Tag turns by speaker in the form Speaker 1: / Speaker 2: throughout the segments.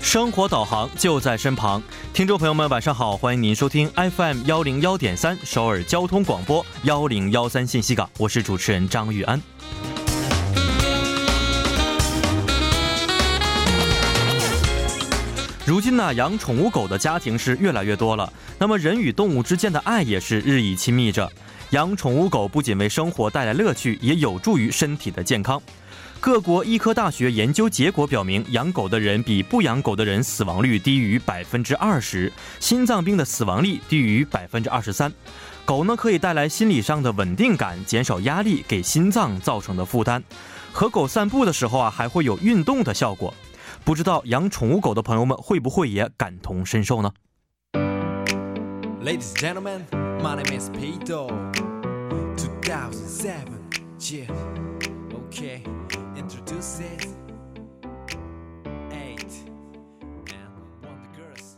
Speaker 1: 生活导航就在身旁，听众朋友们，晚上好，欢迎您收听 FM 幺零幺点三首尔交通广播幺零幺三信息港，我是主持人张玉安。如今呢，养宠物狗的家庭是越来越多了，那么人与动物之间的爱也是日益亲密着。养宠物狗不仅为生活带来乐趣，也有助于身体的健康。各国医科大学研究结果表明，养狗的人比不养狗的人死亡率低于百分之二十，心脏病的死亡率低于百分之二十三。狗呢可以带来心理上的稳定感，减少压力给心脏造成的负担。和狗散步的时候啊，还会有运动的效果。不知道养宠物狗的朋友们会不会也感同身受呢？
Speaker 2: Ladies and gentlemen, my name is Pito. 2007, yeah. Okay, introduce it. Eight. And one the girls.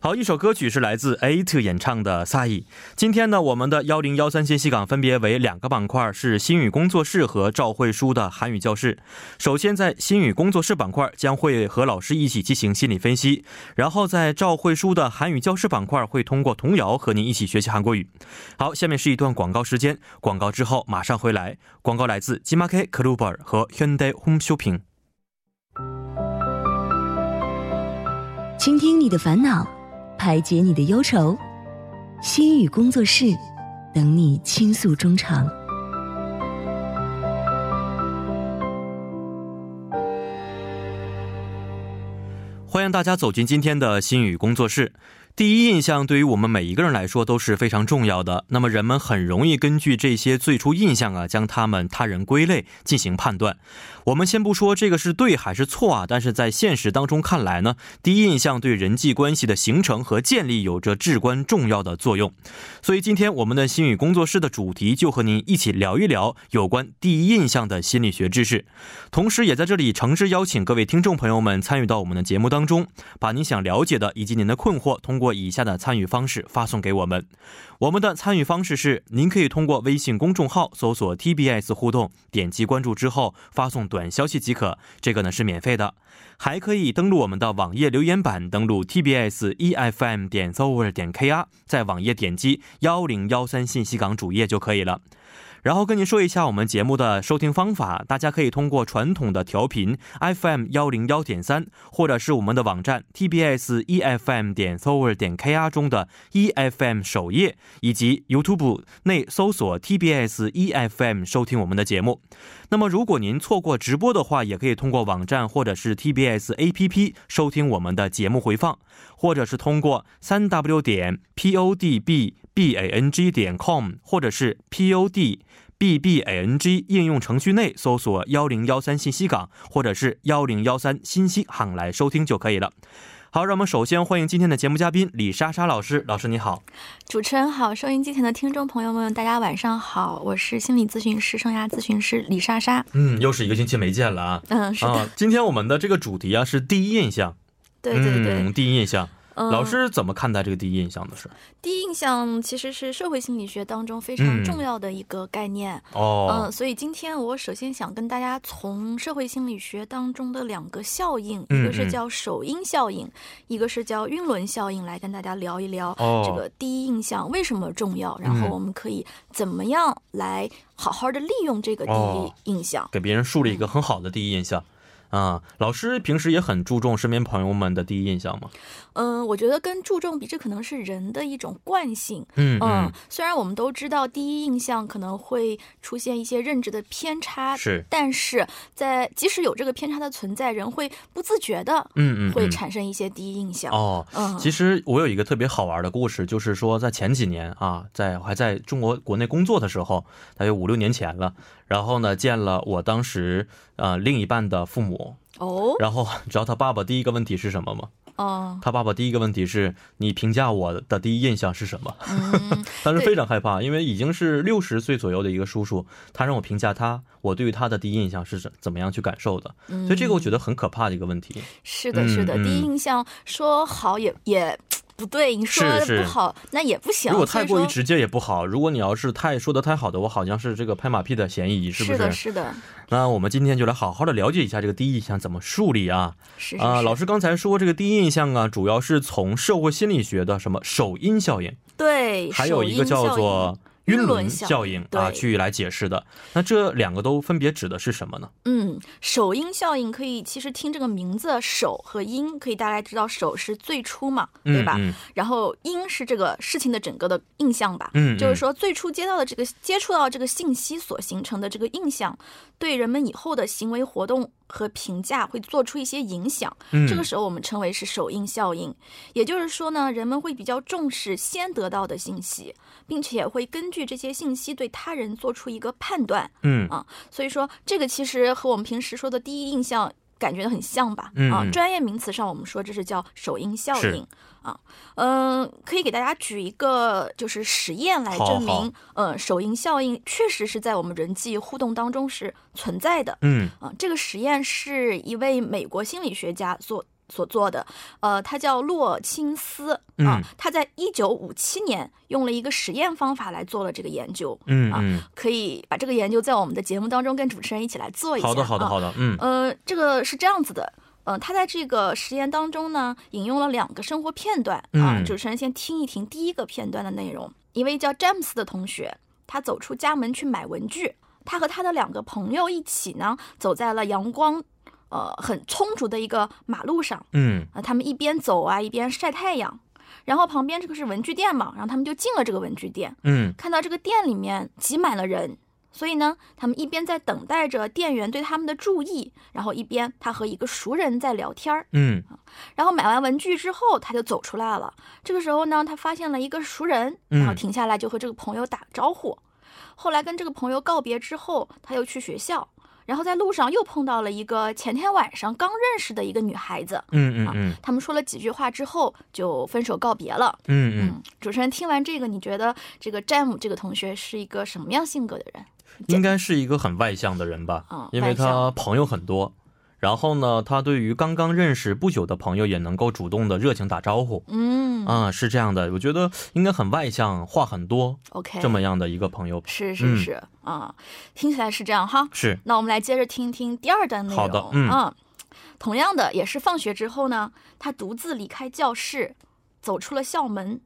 Speaker 1: 好，一首歌曲是来自 A Two 演唱的《萨伊》。今天呢，我们的幺零幺三信息港分别为两个板块，是新语工作室和赵慧舒的韩语教室。首先，在新语工作室板块将会和老师一起进行心理分析，然后在赵慧舒的韩语教室板块会通过童谣和您一起学习韩国语。好，下面是一段广告时间，广告之后马上回来。广告来自 Gmark Cluber 和 Hyundai Home Shopping。
Speaker 3: 倾听你的烦恼，排解你的忧愁。心语工作室，等你倾诉衷肠。
Speaker 1: 欢迎大家走进今天的心语工作室。第一印象对于我们每一个人来说都是非常重要的。那么，人们很容易根据这些最初印象啊，将他们他人归类进行判断。我们先不说这个是对还是错啊，但是在现实当中看来呢，第一印象对人际关系的形成和建立有着至关重要的作用。所以，今天我们的心语工作室的主题就和您一起聊一聊有关第一印象的心理学知识。同时也在这里诚挚邀请各位听众朋友们参与到我们的节目当中，把您想了解的以及您的困惑，通过以下的参与方式发送给我们。我们的参与方式是，您可以通过微信公众号搜索 TBS 互动，点击关注之后发送短消息即可，这个呢是免费的。还可以登录我们的网页留言板，登录 TBS EFM E 点 s o v e r 点 KR，在网页点击幺零幺三信息港主页就可以了。然后跟您说一下我们节目的收听方法，大家可以通过传统的调频 FM 幺零幺点三，或者是我们的网站 TBS EFM 点 s o v e r 点 KR 中的 EFM 首页，以及 YouTube 内搜索 TBS EFM E 收听我们的节目。那么，如果您错过直播的话，也可以通过网站或者是 TBS APP 收听我们的节目回放，或者是通过三 W 点 PODB BANG 点 com 或者是 POD。BBANG 应用程序内搜索幺零幺三信息港或者是幺零幺三信息港来收听就可以了。好，让我们首先欢迎今天的节目嘉宾李莎莎老师，老师你好。
Speaker 4: 主持人好，收音机前的听众朋友们，大家晚上好，我是心理咨询师、生涯咨询师李莎莎。
Speaker 1: 嗯，又是一个星期没见了啊。
Speaker 4: 嗯，是的，
Speaker 1: 啊，今天我们的这个主题啊是第一印象。
Speaker 4: 对对对，
Speaker 1: 嗯，第一印象，
Speaker 4: 嗯
Speaker 1: 老师怎么看待这个第一印象的事？
Speaker 4: 第一印象其实是社会心理学当中非常
Speaker 1: 嗯
Speaker 4: 重要的一个概念。嗯，
Speaker 1: 哦，
Speaker 4: 所以今天我首先想跟大家从社会心理学当中的两个效应，
Speaker 1: 嗯
Speaker 4: 一个
Speaker 1: 嗯
Speaker 4: 是叫首因效应，一个是叫晕轮效应，来跟大家聊一聊
Speaker 1: 哦
Speaker 4: 这个第一印象为什么重要，然后
Speaker 1: 嗯
Speaker 4: 我们可以怎么样来好好的利用这个第
Speaker 1: 哦
Speaker 4: 一印象。
Speaker 1: 给别人树立一个
Speaker 4: 嗯
Speaker 1: 很好的第一印象。啊，老师平时也很注重身边朋友们的第一印象吗？
Speaker 4: 嗯，我觉得跟注重比，这可能是人的一种惯性。
Speaker 1: 嗯
Speaker 4: 嗯，，虽然我们都知道第一印象可能会出现一些认知的偏差，
Speaker 1: 是
Speaker 4: 但是在即使有这个偏差的存在，人会不自觉的
Speaker 1: 嗯嗯，
Speaker 4: 会
Speaker 1: 嗯
Speaker 4: 产生一些第一印象。
Speaker 1: 哦，
Speaker 4: 嗯，
Speaker 1: 其实我有一个特别好玩的故事，就是说在前几年啊，在我还在中国国内工作的时候，大约五六年前了。然后呢，见了我当时呃另一半的父母。
Speaker 4: 哦，
Speaker 1: 然后 你知道他爸爸第一个问题是什么吗？
Speaker 4: 哦，
Speaker 1: 他爸爸第一个问题是你评价我的第一印象是什么？
Speaker 4: 嗯，
Speaker 1: 当时非常害怕，因为已经是六十岁左右的一个叔叔，他让我评价他，我对于他的第一印象是怎怎么样去感受的。
Speaker 4: 嗯
Speaker 1: 所以这个我觉得很可怕的一个问题。
Speaker 4: 是的，是的，
Speaker 1: 嗯
Speaker 4: 第一
Speaker 1: 嗯
Speaker 4: 印象说好也也不对，你说
Speaker 1: 是
Speaker 4: 的
Speaker 1: 是
Speaker 4: 不好那也不行。
Speaker 1: 如果太过于
Speaker 4: 啊所以
Speaker 1: 直接也不好，如果你要是太说的太好的，我好像是这个拍马屁的嫌疑，
Speaker 4: 说，
Speaker 1: 不是？
Speaker 4: 是的，是的，
Speaker 1: 那我们今天就来好好的了解一下这个第一印象怎么树立啊
Speaker 4: 是是是。
Speaker 1: 啊、老师刚才说这个第一印象啊，主要是从社会心理学的什么首因效应，
Speaker 4: 对，
Speaker 1: 还有一个
Speaker 4: 首因
Speaker 1: 叫
Speaker 4: 效应。
Speaker 1: 做
Speaker 4: 晕
Speaker 1: 晕
Speaker 4: 轮
Speaker 1: 轮
Speaker 4: 效应
Speaker 1: 效应啊，
Speaker 4: 对
Speaker 1: 去来解释的。那这两个都分别指的是什么呢？
Speaker 4: 嗯，首因效应可以，其实听这个名字“首”和“因”，可以大家知道“首”是最初嘛，对吧？
Speaker 1: 嗯
Speaker 4: 然后“因”是这个事情的整个的印象吧，
Speaker 1: 嗯，嗯
Speaker 4: 就是，说最初接到的这个接触到这个信息所形成的这个印象，对人们以后的行为活动和评价会做出一些影响。
Speaker 1: 嗯、
Speaker 4: 这个时候我们称为是首映效应，也就是说呢，人们会比较重视先得到的信息，并且会根据这些信息对他人做出一个判断。
Speaker 1: 嗯
Speaker 4: 啊所以说，这个其实和我们平时说的第一印象感觉很像吧？
Speaker 1: 嗯
Speaker 4: 啊，
Speaker 1: 嗯
Speaker 4: 专业名词上我们说这是叫首因效应
Speaker 1: 是
Speaker 4: 啊。嗯，可以给大家举一个就是实验来
Speaker 1: 好
Speaker 4: 证
Speaker 1: 好
Speaker 4: 明，呃，首因效应确实是在我们人际互动当中是存在的。
Speaker 1: 嗯
Speaker 4: 啊，这个实验是一位美国心理学家所所做的，呃，他叫洛钦斯啊
Speaker 1: 嗯，
Speaker 4: 他在一九五七年用了一个实验方法来做了这个研究，
Speaker 1: 嗯
Speaker 4: 啊
Speaker 1: 嗯，
Speaker 4: 可以把这个研究在我们的节目当中跟主持人一起来做一下。
Speaker 1: 好的好的
Speaker 4: 啊
Speaker 1: 好的，嗯
Speaker 4: 呃，这个是这样子的，呃，他在这个实验当中呢，引用了两个生活片段啊，
Speaker 1: 嗯
Speaker 4: 主持人先听一听第一个片段的内容。一位叫詹姆斯的同学，他走出家门去买文具，他和他的两个朋友一起呢，走在了阳光，呃，很充足的一个马路上。
Speaker 1: 嗯
Speaker 4: 啊，他们一边走啊，一边晒太阳。然后旁边这个是文具店嘛，然后他们就进了这个文具店。
Speaker 1: 嗯
Speaker 4: 看到这个店里面挤满了人，所以呢，他们一边在等待着店员对他们的注意，然后一边他和一个熟人在聊天儿。
Speaker 1: 嗯
Speaker 4: 然后买完文具之后，他就走出来了。这个时候呢，他发现了一个熟人，然后
Speaker 1: 嗯
Speaker 4: 停下来就和这个朋友打个招呼。后来跟这个朋友告别之后，他又去学校，然后在路上又碰到了一个前天晚上刚认识的一个女孩子。
Speaker 1: 嗯嗯嗯
Speaker 4: 他们说了几句话之后，就分手告别了。
Speaker 1: 嗯嗯，
Speaker 4: 嗯，主持人听完这个，你觉得这个詹姆这个同学是一个什么样性格的人？
Speaker 1: 应该是一个很外向的人吧，
Speaker 4: 嗯
Speaker 1: 因为
Speaker 4: 外
Speaker 1: 他
Speaker 4: 向
Speaker 1: 朋友很多。然后呢，他对于刚刚认识不久的朋友也能够主动的热情打招呼，
Speaker 4: 嗯
Speaker 1: 啊、是这样的，我觉得应该很外向，话很多，
Speaker 4: ，OK，
Speaker 1: 这么样的一个朋友
Speaker 4: 是
Speaker 1: 嗯
Speaker 4: 是是啊、听起来是这样哈。
Speaker 1: 是，
Speaker 4: 那我们来接着听听第二段内容。
Speaker 1: 嗯好的嗯
Speaker 4: 啊同样的也是放学之后呢，他独自离开教室，走出了校门。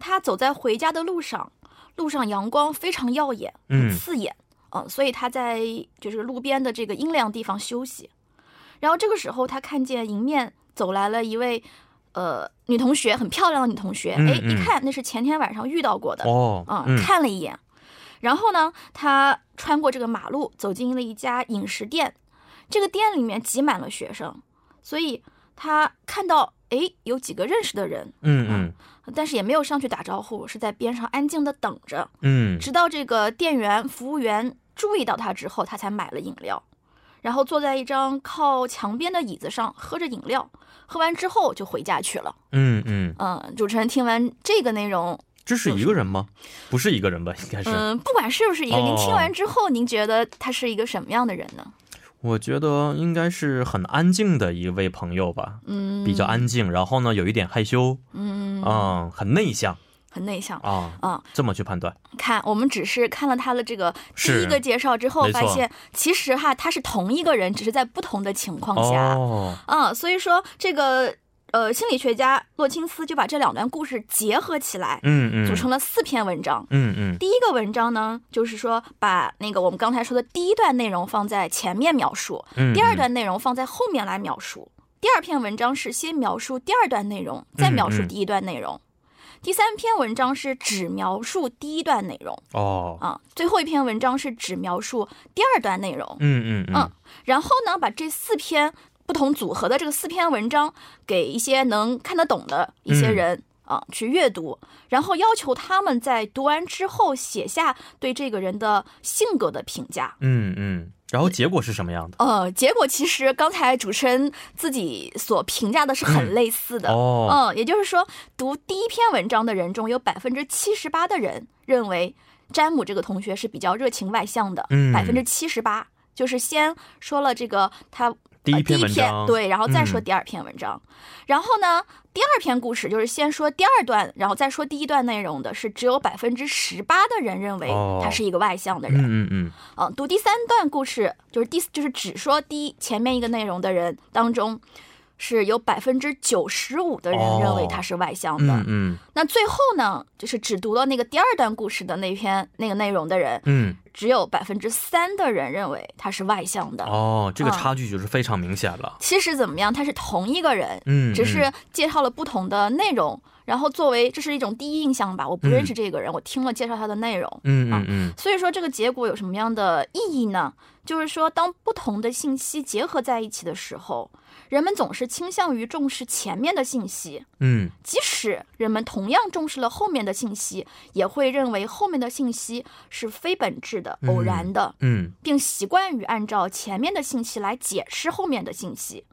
Speaker 4: 他走在回家的路上，路上阳光非常耀眼，很
Speaker 1: 嗯
Speaker 4: 刺眼，嗯、所以他在就是路边的这个阴凉地方休息。然后这个时候，他看见迎面走来了一位，呃，女同学，很漂亮的女同学。
Speaker 1: 嗯
Speaker 4: 哎，一
Speaker 1: 嗯
Speaker 4: 看那是前天晚上遇到过的，
Speaker 1: 哦，
Speaker 4: 啊、
Speaker 1: 嗯
Speaker 4: 看了一眼，然后呢，他穿过这个马路，走进了一家饮食店，这个店里面挤满了学生，所以他看到诶有几个认识的人，啊
Speaker 1: 嗯
Speaker 4: 但是也没有上去打招呼，是在边上安静的等着，
Speaker 1: 嗯
Speaker 4: 直到这个店员、服务员注意到他之后，他才买了饮料。然后坐在一张靠墙边的椅子上喝着饮料，喝完之后就回家去了。
Speaker 1: 嗯嗯嗯，
Speaker 4: 嗯，主持人听完这个内容，
Speaker 1: 这是一个人吗？不是一个人吧，应该是。
Speaker 4: 嗯，不管是不是一个，您听
Speaker 1: 哦
Speaker 4: 完之后，您觉得他是一个什么样的人呢？
Speaker 1: 我觉得应该是很安静的一位朋友吧，
Speaker 4: 嗯，
Speaker 1: 比较，安静，然后呢有一点害羞，
Speaker 4: 嗯，
Speaker 1: 嗯，很内向
Speaker 4: 很内向。
Speaker 1: 啊，
Speaker 4: 嗯，
Speaker 1: 这么去判断。
Speaker 4: 看，我们只是看了他的这个第
Speaker 1: 是
Speaker 4: 一个介绍之后，
Speaker 1: 没错
Speaker 4: 发现其实哈，他是同一个人，只是在不同的情况下。
Speaker 1: 哦，
Speaker 4: 嗯，所以说这个呃，心理学家洛钦斯就把这两段故事结合起来，
Speaker 1: 嗯嗯，
Speaker 4: 组成了四篇文章。
Speaker 1: 嗯嗯
Speaker 4: 第一个文章呢，就是说把那个我们刚才说的第一段内容放在前面描述，
Speaker 1: 嗯，
Speaker 4: 第二段内容放在后面来描述。第二篇文章是先描述第二段内容，再描述
Speaker 1: 嗯嗯
Speaker 4: 第一段内容。第三篇文章是只描述第一段内容
Speaker 1: 哦，
Speaker 4: 啊，最后一篇文章是只描述第二段内容。
Speaker 1: 嗯嗯嗯，
Speaker 4: 然后呢，把这四篇不同组合的这个四篇文章给一些能看得懂的一
Speaker 1: 嗯
Speaker 4: 些人、啊去阅读，然后要求他们在读完之后写下对这个人的性格的评价。
Speaker 1: 嗯嗯，然后结果是什么样的？
Speaker 4: 呃，结果其实刚才主持人自己所评价的是很类似的。
Speaker 1: 哦，
Speaker 4: 嗯，也就是说，读第一篇文章的人中有百分之七十八的人认为詹姆这个同学是比较热情外向的，
Speaker 1: 嗯
Speaker 4: 百分之七十八。就是先说了这个他
Speaker 1: 第一篇
Speaker 4: 呃、
Speaker 1: 文
Speaker 4: 第一篇
Speaker 1: 章，
Speaker 4: 对，然后再说
Speaker 1: 嗯
Speaker 4: 第二篇文章。然后呢，第二篇故事就是先说第二段，然后再说第一段内容的是只有百分之十八的人认为
Speaker 1: 哦
Speaker 4: 他是一个外向的人。
Speaker 1: 嗯嗯嗯，
Speaker 4: 嗯，读第三段故事就是第就是只说第一前面一个内容的人当中，是有百分之九十五的人
Speaker 1: 哦
Speaker 4: 认为他是外向的。
Speaker 1: 嗯嗯
Speaker 4: 那最后呢，就是只读到那个第二段故事的那篇那个内容的人，
Speaker 1: 嗯，
Speaker 4: 只有百分之三的人认为他是外向的。
Speaker 1: 哦，这个
Speaker 4: 嗯
Speaker 1: 差距就是非常明显了。
Speaker 4: 其实怎么样，他是同一个人，
Speaker 1: 嗯，
Speaker 4: 只
Speaker 1: 嗯
Speaker 4: 是介绍了不同的内容。然后作为这是一种第一印象吧，我不认识这个人，我听了介绍他的内容，
Speaker 1: 嗯嗯嗯，
Speaker 4: 所以说这个结果有什么样的意义呢？就是说，当不同的信息结合在一起的时候，人们总是倾向于重视前面的信息，
Speaker 1: 嗯，
Speaker 4: 即使人们同样重视了后面的信息，也会认为后面的信息是非本质的、
Speaker 1: 嗯
Speaker 4: 偶然的，
Speaker 1: 嗯
Speaker 4: 并习惯于按照前面的信息来解释后面的信息。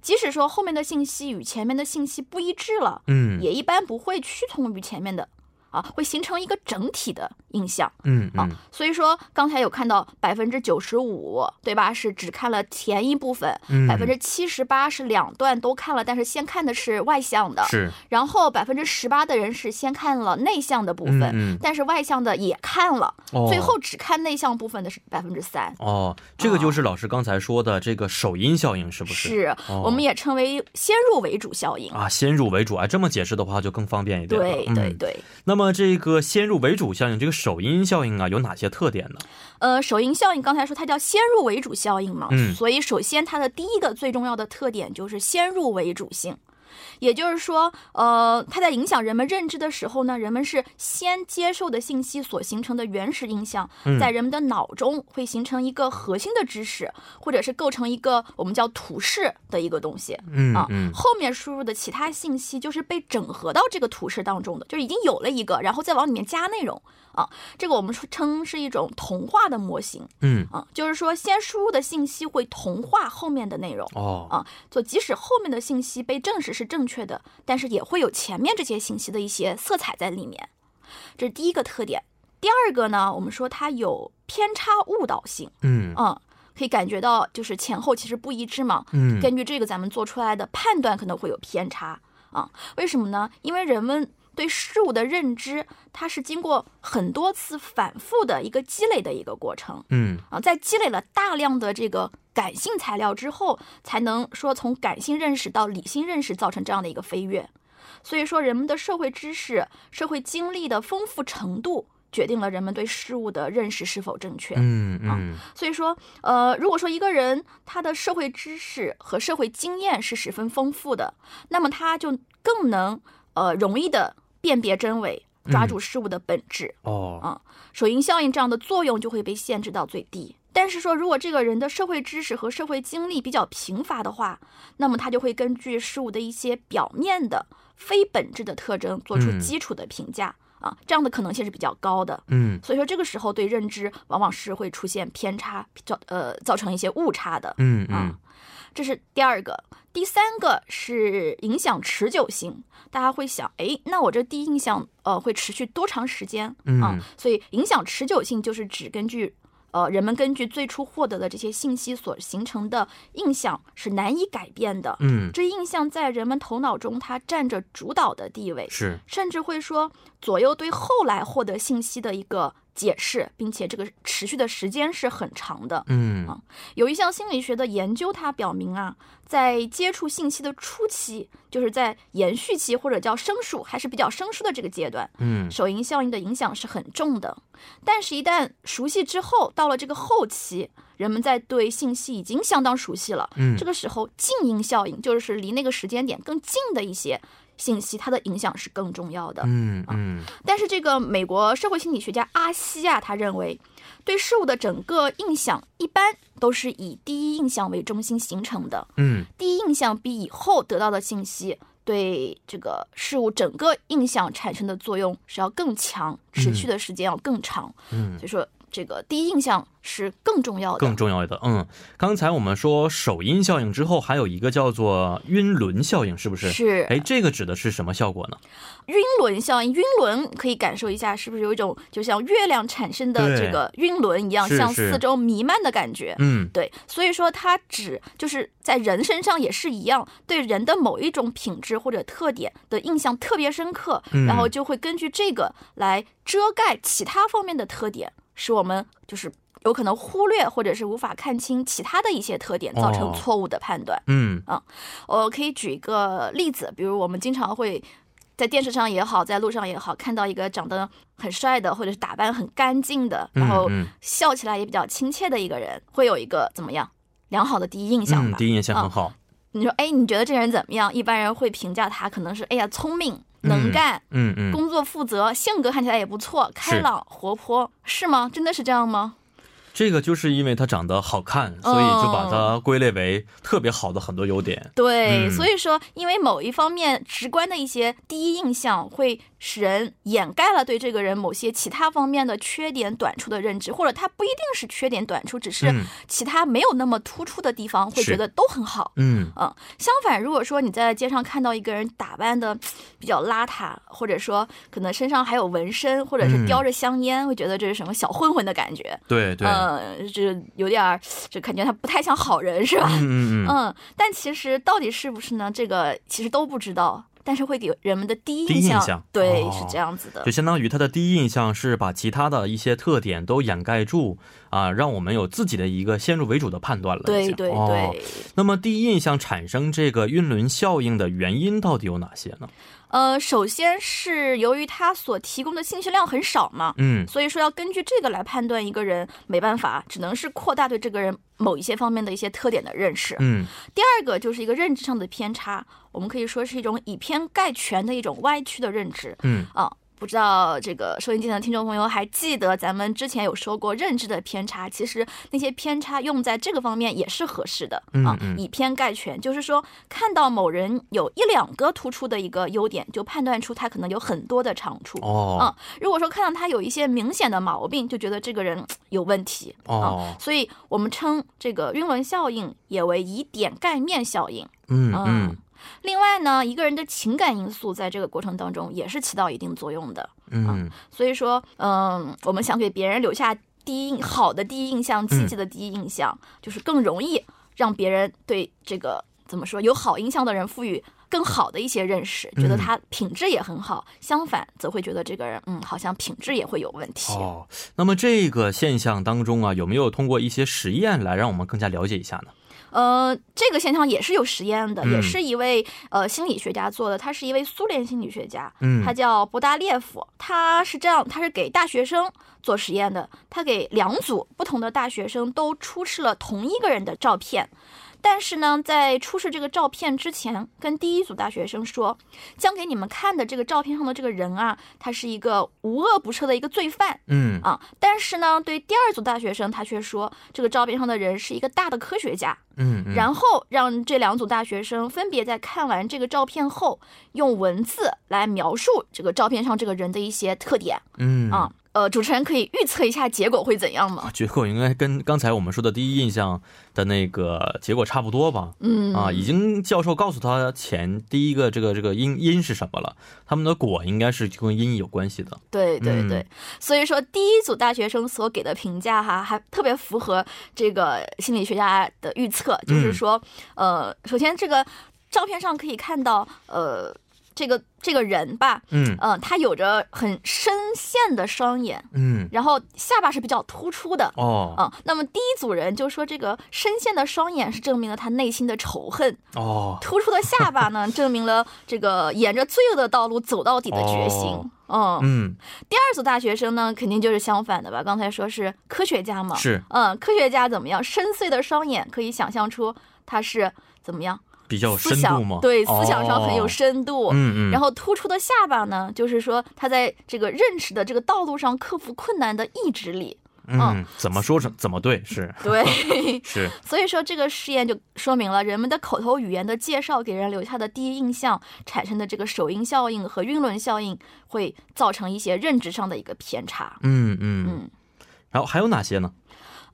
Speaker 4: 即使说后面的信息与前面的信息不一致了，
Speaker 1: 嗯
Speaker 4: 也一般不会趋同于前面的，啊，会形成一个整体的印象。
Speaker 1: 嗯嗯
Speaker 4: 啊，所以说刚才有看到百分之九十五，对吧？是只看了前一部分，
Speaker 1: 嗯
Speaker 4: 百分之七十八是两段都看了，但是先看的是外向的，
Speaker 1: 是
Speaker 4: 然后百分之十八的人是先看了内向的部
Speaker 1: 嗯
Speaker 4: 分，
Speaker 1: 嗯
Speaker 4: 但是外向的也看了，
Speaker 1: 哦
Speaker 4: 最后只看内向部分的是百分之三。
Speaker 1: 哦，这个就是老师刚才说的这个首因效应，是不是？
Speaker 4: 是、
Speaker 1: 哦
Speaker 4: 我们也称为先入为主效应。
Speaker 1: 啊，先入为主啊，这么解释的话就更方便一点了。
Speaker 4: 对对
Speaker 1: 嗯。
Speaker 4: 对，
Speaker 1: 那么这个先入为主效应，这个首因效应啊，有哪些特点呢？
Speaker 4: 呃，首因效应刚才说它叫先入为主效应嘛，
Speaker 1: 嗯
Speaker 4: 所以首先它的第一个最重要的特点就是先入为主性，也就是说，呃，它在影响人们认知的时候呢，人们是先接受的信息所形成的原始印象，在人们的脑中会形成一个核心的知识，或者是构成一个我们叫图示的一个东西。
Speaker 1: 嗯
Speaker 4: 啊
Speaker 1: 嗯，
Speaker 4: 后面输入的其他信息就是被整合到这个图示当中的，就是已经有了一个，然后再往里面加内容啊。这个我们说称是一种同化的模型
Speaker 1: 嗯，
Speaker 4: 啊，就是说先输入的信息会同化后面的内容。
Speaker 1: 哦，
Speaker 4: 啊就即使后面的信息被证实是正确的，但是也会有前面这些信息的一些色彩在里面。这是第一个特点。第二个呢，我们说它有偏差误导性，
Speaker 1: 嗯
Speaker 4: 嗯，可以感觉到就是前后其实不一致嘛，
Speaker 1: 嗯，
Speaker 4: 根据这个，咱们做出来的判断可能会有偏差啊？为什么呢？因为人们对事物的认知，它是经过很多次反复的一个积累的一个过程
Speaker 1: 嗯
Speaker 4: 啊，在积累了大量的这个感性材料之后，才能说从感性认识到理性认识造成这样的一个飞跃。所以说，人们的社会知识、社会经历的丰富程度，决定了人们对事物的认识是否正确。
Speaker 1: 嗯嗯，
Speaker 4: 所以说，呃，如果说一个人他的社会知识和社会经验是十分丰富的，那么他就更能呃容易的辨别真伪，抓住事物的本质，
Speaker 1: 哦，
Speaker 4: 首因效应这样的作用就会被限制到最低。但是说，如果这个人的社会知识和社会经历比较贫乏的话，那么他就会根据事物的一些表面的、非本质的特征做出
Speaker 1: 嗯
Speaker 4: 基础的评价、啊，这样的可能性是比较高的。
Speaker 1: 嗯
Speaker 4: 所以说这个时候对认知往往是会出现偏差，造呃造成一些误差的。
Speaker 1: 嗯嗯
Speaker 4: 啊，这是第二个，第三个是影响持久性。大家会想，哎，那我这第一印象呃会持续多长时间啊
Speaker 1: 嗯？
Speaker 4: 所以影响持久性就是指根据。呃，人们根据最初获得的这些信息所形成的印象是难以改变的。
Speaker 1: 嗯，
Speaker 4: 这印象在人们头脑中它占着主导的地位，
Speaker 1: 是，
Speaker 4: 甚至会说左右对后来获得信息的一个解释，并且这个持续的时间是很长的。
Speaker 1: 嗯
Speaker 4: 有一项心理学的研究，它表明啊，在接触信息的初期，就是在延续期或者叫生疏，还是比较生疏的这个阶段，
Speaker 1: 嗯
Speaker 4: 首因效应的影响是很重的。但是，一旦熟悉之后，到了这个后期，人们在对信息已经相当熟悉了，
Speaker 1: 嗯
Speaker 4: 这个时候近因效应就是离那个时间点更近的一些信息，它的影响是更重要的。
Speaker 1: 嗯嗯
Speaker 4: 但是这个美国社会心理学家阿西啊，他认为，对事物的整个印象一般都是以第一印象为中心形成的。
Speaker 1: 嗯
Speaker 4: 第一印象比以后得到的信息对这个事物整个印象产生的作用是要更强，持续的时间要更长。
Speaker 1: 嗯
Speaker 4: 所以说，这个第一印象是更重要的。
Speaker 1: 更重要的，嗯，刚才我们说首因效应之后，还有一个叫做晕轮效应，是不是？
Speaker 4: 是
Speaker 1: 哎，这个指的是什么效果呢？
Speaker 4: 晕轮效应，晕轮可以感受一下，是不是有一种就像月亮产生的
Speaker 1: 对
Speaker 4: 这个晕轮一样，
Speaker 1: 是
Speaker 4: 向
Speaker 1: 是
Speaker 4: 四周弥漫的感觉？
Speaker 1: 嗯，
Speaker 4: 对，所以说它只就是在人身上也是一样，对人的某一种品质或者特点的印象特别深刻，
Speaker 1: 嗯
Speaker 4: 然后就会根据这个来遮盖其他方面的特点，使我们就是有可能忽略或者是无法看清其他的一些特点，造成
Speaker 1: 哦
Speaker 4: 错误的判断。
Speaker 1: 嗯，
Speaker 4: 我可以举一个例子，比如我们经常会在电视上也好，在路上也好，看到一个长得很帅的，或者是打扮很干净的，
Speaker 1: 嗯
Speaker 4: 然后
Speaker 1: 嗯
Speaker 4: 笑起来也比较亲切的一个人，会有一个怎么样良好的第一印象
Speaker 1: 嗯，
Speaker 4: 吧？
Speaker 1: 第一印象很好，
Speaker 4: 你说，哎，你觉得这人怎么样？一般人会评价他，可能是哎呀，聪明、能干、
Speaker 1: 嗯嗯，
Speaker 4: 工作负责，性格看起来也不错，开朗、活泼，是吗？真的是这样吗？
Speaker 1: 这个就是因为它长得好看，所以就把
Speaker 4: 哦
Speaker 1: 它归类为特别好的很多优点。
Speaker 4: 对，
Speaker 1: 嗯
Speaker 4: 所以说，因为某一方面直观的一些第一印象，会使人掩盖了对这个人某些其他方面的缺点、短处的认知，或者他不一定是缺点、短处，只是
Speaker 1: 嗯
Speaker 4: 其他没有那么突出的地方，会
Speaker 1: 是
Speaker 4: 觉得都很好。
Speaker 1: 嗯，
Speaker 4: 嗯，相反，如果说你在街上看到一个人打扮的比较邋遢，或者说可能身上还有纹身，或者是
Speaker 1: 嗯
Speaker 4: 叼着香烟，会觉得这是什么小混混的感觉，
Speaker 1: 对对，
Speaker 4: 嗯，这有点儿，这感觉他不太像好人，是吧？
Speaker 1: 嗯嗯嗯，
Speaker 4: 嗯，但其实到底是不是呢？这个其实都不知道，但是会给人们的第一
Speaker 1: 第一
Speaker 4: 印象，
Speaker 1: 印象
Speaker 4: 对、
Speaker 1: 哦
Speaker 4: 是这样子的
Speaker 1: 就。相当于它的第一印象是把其他的一些特点都掩盖住啊，让我们有自己的一个先入为主的判断了。已
Speaker 4: 对
Speaker 1: 经
Speaker 4: 对对、
Speaker 1: 哦那么第一印象产生这个晕轮效应的原因到底有哪些呢？
Speaker 4: 呃，首先是由于他所提供的信息量很少嘛，
Speaker 1: 嗯
Speaker 4: 所以说要根据这个来判断一个人，没办法，只能是扩大对这个人某一些方面的一些特点的认识。
Speaker 1: 嗯，
Speaker 4: 第二个就是一个认知上的偏差，我们可以说是一种以偏概全的一种歪曲的认知。
Speaker 1: 嗯
Speaker 4: 啊。不知道这个收音机前的听众朋友还记得咱们之前有说过认知的偏差，其实那些偏差用在这个方面也是合适的啊
Speaker 1: 嗯嗯，
Speaker 4: 以偏概全，就是说看到某人有一两个突出的一个优点，就判断出他可能有很多的长处。
Speaker 1: 哦
Speaker 4: 如果说看到他有一些明显的毛病，就觉得这个人嘖有问题，
Speaker 1: 哦，
Speaker 4: 所以我们称这个晕轮效应也为以点盖面效应。
Speaker 1: 嗯嗯
Speaker 4: 另外呢，一个人的情感因素在这个过程当中也是起到一定作用的。
Speaker 1: 嗯
Speaker 4: 所以说，嗯，我们想给别人留下第一印好的第一印象，
Speaker 1: 嗯
Speaker 4: 积极的第一印象，就是更容易让别人对这个怎么说有好印象的人赋予更好的一些认识，觉得
Speaker 1: 嗯
Speaker 4: 他品质也很好；相反，则会觉得这个人，嗯，好像品质也会有问题。
Speaker 1: 哦。那么这个现象当中啊，有没有通过一些实验来让我们更加了解一下呢？
Speaker 4: 呃，这个现象也是有实验的，
Speaker 1: 嗯
Speaker 4: 也是一位呃心理学家做的，他是一位苏联心理学家，
Speaker 1: 嗯
Speaker 4: 他叫博达列夫，他是这样，他是给大学生做实验的，他给两组不同的大学生都出示了同一个人的照片。但是呢，在出示这个照片之前，跟第一组大学生说，将给你们看的这个照片上的这个人啊，他是一个无恶不赦的一个罪犯，
Speaker 1: 嗯
Speaker 4: 啊，但是呢，对第二组大学生，他却说这个照片上的人是一个大的科学家，
Speaker 1: 嗯嗯，
Speaker 4: 然后让这两组大学生分别在看完这个照片后，用文字来描述这个照片上这个人的一些特点
Speaker 1: 嗯
Speaker 4: 啊。呃，主持人可以预测一下结果会怎样吗？
Speaker 1: 结果应该跟刚才我们说的第一印象的那个结果差不多吧？
Speaker 4: 嗯
Speaker 1: 啊，已经教授告诉他前第一个这个这个因因是什么了，他们的果应该是跟因有关系的。
Speaker 4: 对对
Speaker 1: 嗯
Speaker 4: 对，所以说第一组大学生所给的评价哈，还特别符合这个心理学家的预测，就是说，
Speaker 1: 嗯
Speaker 4: 呃，首先这个照片上可以看到，呃，这个这个人吧，
Speaker 1: 嗯
Speaker 4: 嗯、他有着很深陷的双眼，
Speaker 1: 嗯，
Speaker 4: 然后下巴是比较突出的。
Speaker 1: 哦
Speaker 4: 嗯，那么第一组人就说这个深陷的双眼是证明了他内心的仇恨，
Speaker 1: 哦，
Speaker 4: 突出的下巴呢证明了这个沿着罪恶的道路走到底的决心。嗯，
Speaker 1: 嗯
Speaker 4: 第二组大学生呢，肯定就是相反的吧？刚才说是科学家嘛，
Speaker 1: 是
Speaker 4: 嗯，科学家怎么样？深邃的双眼可以想象出他是怎么样，
Speaker 1: 比较有
Speaker 4: 思
Speaker 1: 深度吗
Speaker 4: 想？对，思想上很有
Speaker 1: 度。
Speaker 4: 深度。
Speaker 1: 嗯嗯，
Speaker 4: 然后突出的下巴呢，就是说他在这个认识的这个道路上克服困难的意志力。
Speaker 1: 嗯，怎么说成怎么对是
Speaker 4: 对，
Speaker 1: 是
Speaker 4: 所以说这个试验就说明了人们的口头语言的介绍给人留下的第一印象产生的这个首因效应和晕轮效应，会造成一些认知上的一个偏差。
Speaker 1: 嗯嗯
Speaker 4: 嗯
Speaker 1: 然后还有哪些呢？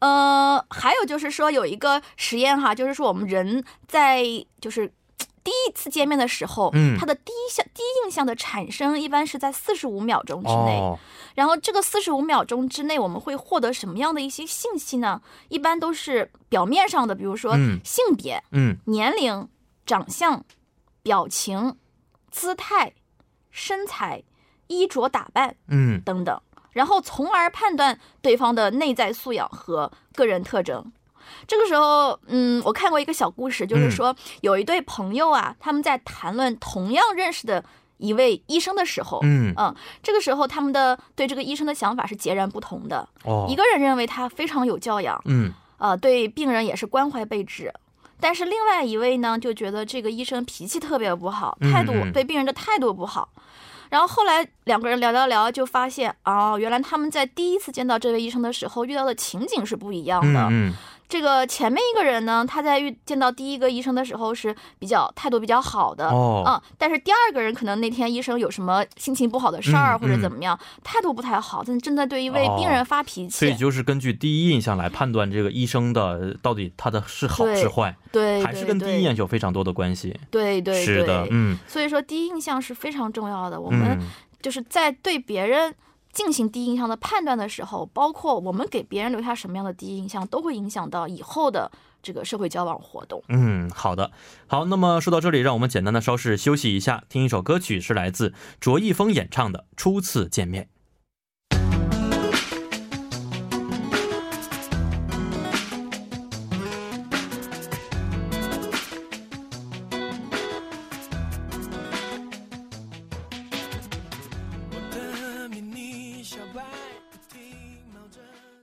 Speaker 4: 呃，还有就是说有一个实验哈，就是说我们人在就是第一次见面的时候，
Speaker 1: 嗯
Speaker 4: 他的第一项第一印象的产生一般是在四十五秒钟之内。，
Speaker 1: 哦
Speaker 4: 然后这个四十五秒钟之内，我们会获得什么样的一些信息呢？一般都是表面上的，比如说
Speaker 1: 嗯
Speaker 4: 性别、
Speaker 1: 嗯，
Speaker 4: 年龄、长相、表情、姿态、身材、衣着打扮
Speaker 1: 嗯，
Speaker 4: 等等，然后从而判断对方的内在素养和个人特征。这个时候，嗯，我看过一个小故事，
Speaker 1: 嗯
Speaker 4: 就是说有一对朋友啊，他们在谈论同样认识的一位医生的时候，
Speaker 1: 嗯，
Speaker 4: 这个时候他们的对这个医生的想法是截然不同的。
Speaker 1: 哦，
Speaker 4: 一个人认为他非常有教养，
Speaker 1: 嗯，
Speaker 4: 呃，对病人也是关怀备至。但是另外一位呢，就觉得这个医生脾气特别不好，态度
Speaker 1: 嗯嗯
Speaker 4: 对病人的态度不好。然后后来两个人聊聊聊，就发现哦，原来他们在第一次见到这位医生的时候遇到的情景是不一样的。
Speaker 1: 嗯嗯，
Speaker 4: 这个前面一个人呢，他在遇见到第一个医生的时候是比较态度比较好的，
Speaker 1: 哦
Speaker 4: 嗯，但是第二个人可能那天医生有什么心情不好的事
Speaker 1: 嗯嗯
Speaker 4: 儿
Speaker 1: 哦
Speaker 4: 或者怎么样，态度不太好，但正在对一位病人发脾
Speaker 1: 所
Speaker 4: 气，
Speaker 1: 以就是根据第一印象来判断这个医生的到底他的是好
Speaker 4: 对
Speaker 1: 是坏，
Speaker 4: 对，
Speaker 1: 还是跟第一眼有非常多的关系。
Speaker 4: 对对对
Speaker 1: 是的，嗯
Speaker 4: 所以说第一印象是非常重要的，我们
Speaker 1: 嗯，
Speaker 4: 就是在对别人。进行第一印象的判断的时候，包括我们给别人留下什么样的第一印象，都会影响到以后的这个社会交往活动。
Speaker 1: 嗯，好的，好。那么说到这里，让我们简单的稍事休息一下，听一首歌曲，是来自卓一峰演唱的《初次见面》。
Speaker 2: 我的迷你小白不停冒着。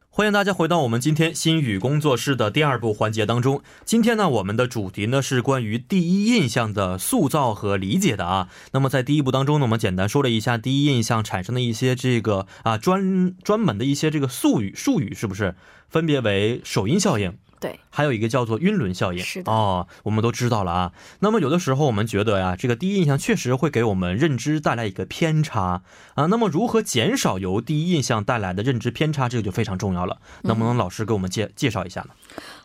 Speaker 1: 欢迎大家回到我们今天心语工作室的第二部环节当中。今天呢，我们的主题呢是关于第一印象的塑造和理解的啊。那么在第一部当中呢，我们简单说了一下第一印象产生的一些这个啊专专门的一些这个术语术语是不是？分别为首因效应，
Speaker 4: 对，
Speaker 1: 还有一个叫做晕轮效应。
Speaker 4: 是的
Speaker 1: 哦，我们都知道了啊。那么有的时候我们觉得呀、这个第一印象确实会给我们认知带来一个偏差啊。那么如何减少由第一印象带来的认知偏差，这个就非常重要了。
Speaker 4: 嗯
Speaker 1: 能不能老师给我们介介绍一下呢？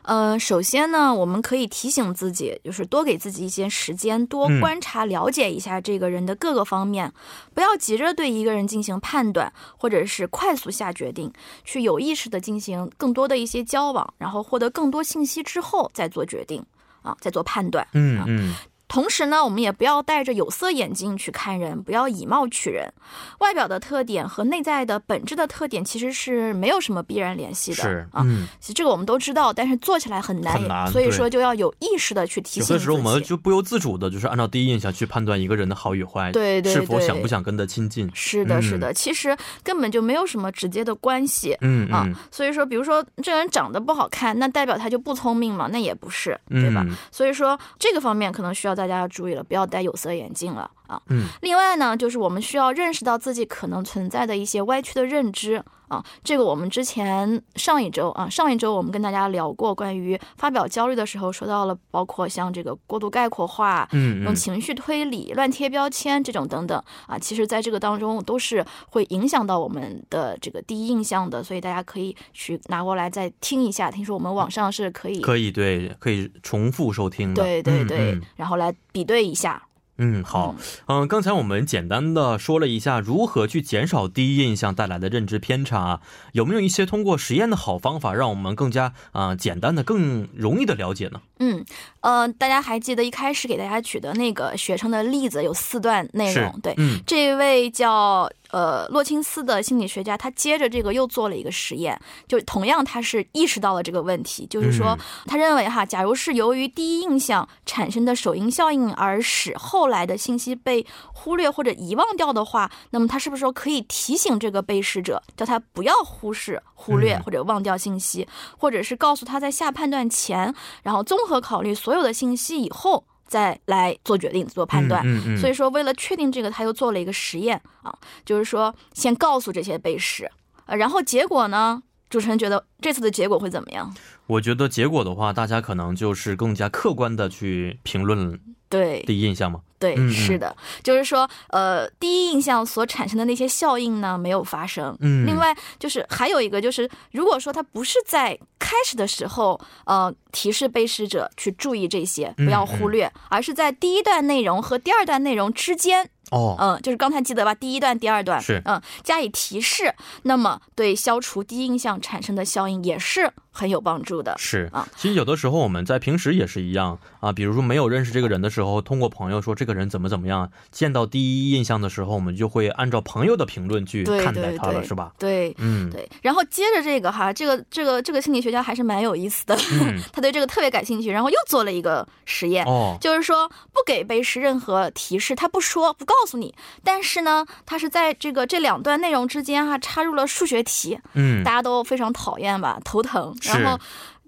Speaker 4: 呃，首先呢，我们可以提醒自己，就是多给自己一些时间，多
Speaker 1: 嗯
Speaker 4: 观察、了解一下这个人的各个方面，不要急着对一个人进行判断，或者是快速下决定，去有意识的进行更多的一些交往，然后获得更多信息之后再做决定啊，再做判断。
Speaker 1: 嗯嗯
Speaker 4: 同时呢，我们也不要戴着有色眼镜去看人，不要以貌取人。外表的特点和内在的本质的特点其实是没有什么必然联系的。
Speaker 1: 是
Speaker 4: 啊，
Speaker 1: 嗯，
Speaker 4: 其实这个我们都知道，但是做起来很难，
Speaker 1: 很难
Speaker 4: 所以
Speaker 1: 对
Speaker 4: 说就要有意识的去提
Speaker 1: 有
Speaker 4: 醒
Speaker 1: 的
Speaker 4: 自
Speaker 1: 时候我们
Speaker 4: 己。
Speaker 1: 就不由自主的，就是按照第一印象去判断一个人的好与坏，
Speaker 4: 对对
Speaker 1: 是否
Speaker 4: 对
Speaker 1: 想不想跟他亲近。
Speaker 4: 是的，是的，其实根本就没有什么直接的关系。
Speaker 1: 嗯
Speaker 4: 啊
Speaker 1: 嗯，
Speaker 4: 所以说，比如说这个人长得不好看，那代表他就不聪明嘛？那也不是，对吧？
Speaker 1: 嗯
Speaker 4: 所以说这个方面可能需要大家注意了，不要戴有色眼镜了啊。
Speaker 1: 嗯，
Speaker 4: 另外呢，就是我们需要认识到自己可能存在的一些歪曲的认知啊。这个我们之前上一周啊，上一周我们跟大家聊过关于发表焦虑的时候说到了，包括像这个过度概括化。
Speaker 1: 嗯
Speaker 4: 用
Speaker 1: 嗯，
Speaker 4: 情绪推理、乱贴标签这种等等啊，其实在这个当中都是会影响到我们的这个第一印象的，所以大家可以去拿过来再听一下。听说我们网上是可以
Speaker 1: 可以对，可以重复收听的。
Speaker 4: 对对
Speaker 1: 嗯
Speaker 4: 对，
Speaker 1: 嗯
Speaker 4: 然后来比对一下。
Speaker 1: 嗯，好，嗯，刚才我们简单的说了一下如何去减少第一印象带来的认知偏差、啊，有没有一些通过实验的好方法，让我们更加啊、呃简单的、更容易的了解呢？
Speaker 4: 嗯，呃，大家还记得一开始给大家举的那个学生的例子有四段内
Speaker 1: 是
Speaker 4: 容，对，
Speaker 1: 嗯
Speaker 4: 这位叫呃洛钦斯的心理学家，他接着这个又做了一个实验，就同样他是意识到了这个问题，就是说、
Speaker 1: 嗯
Speaker 4: 他认为哈，假如是由于第一印象产生的首因效应而使后来的信息被忽略或者遗忘掉的话，那么他是不是说可以提醒这个被试者，叫他不要忽视、忽略
Speaker 1: 嗯
Speaker 4: 或者忘掉信息，或者是告诉他在下判断前，然后综合考虑所有的信息以后再来做决定、做判断。
Speaker 1: 嗯嗯嗯
Speaker 4: 所以说，为了确定这个，他又做了一个实验啊，就是说先告诉这些被试，呃然后结果呢，主持人觉得这次的结果会怎么样？
Speaker 1: 我觉得结果的话，大家可能就是更加客观的去评论
Speaker 4: 对
Speaker 1: 第一印象嘛。
Speaker 4: 对、
Speaker 1: 嗯嗯
Speaker 4: 是的，就是说，呃，第一印象所产生的那些效应呢，没有发生。
Speaker 1: 嗯
Speaker 4: 另外就是还有一个就是，如果说他不是在开始的时候，呃，提示被试者去注意这些，
Speaker 1: 嗯
Speaker 4: 不要忽略，而是在第一段内容和第二段内容之间，
Speaker 1: 哦，
Speaker 4: 嗯、就是刚才记得吧，第一段、第二段
Speaker 1: 是
Speaker 4: 嗯、加以提示，那么对消除第一印象产生的效应也是很有帮助的。
Speaker 1: 是
Speaker 4: 啊，
Speaker 1: 其实有的时候我们在平时也是一样啊，比如说没有认识这个人的时候，通过朋友说这个人怎么怎么样，见到第一印象的时候，我们就会按照朋友的评论去
Speaker 4: 对
Speaker 1: 看待
Speaker 4: 对
Speaker 1: 他了，
Speaker 4: 对，
Speaker 1: 是吧？？
Speaker 4: 对，
Speaker 1: 嗯，
Speaker 4: 对，然后接着这个哈，这个这个这个心理学家还是蛮有意思的，
Speaker 1: 嗯
Speaker 4: 他对这个特别感兴趣，然后又做了一个实验，
Speaker 1: 哦，
Speaker 4: 就是说不给被试任何提示，他不说不告诉你，但是呢，他是在这个这两段内容之间哈、插入了数学题，
Speaker 1: 嗯
Speaker 4: 大，家都非常讨厌吧，头疼，
Speaker 1: 是
Speaker 4: 然后。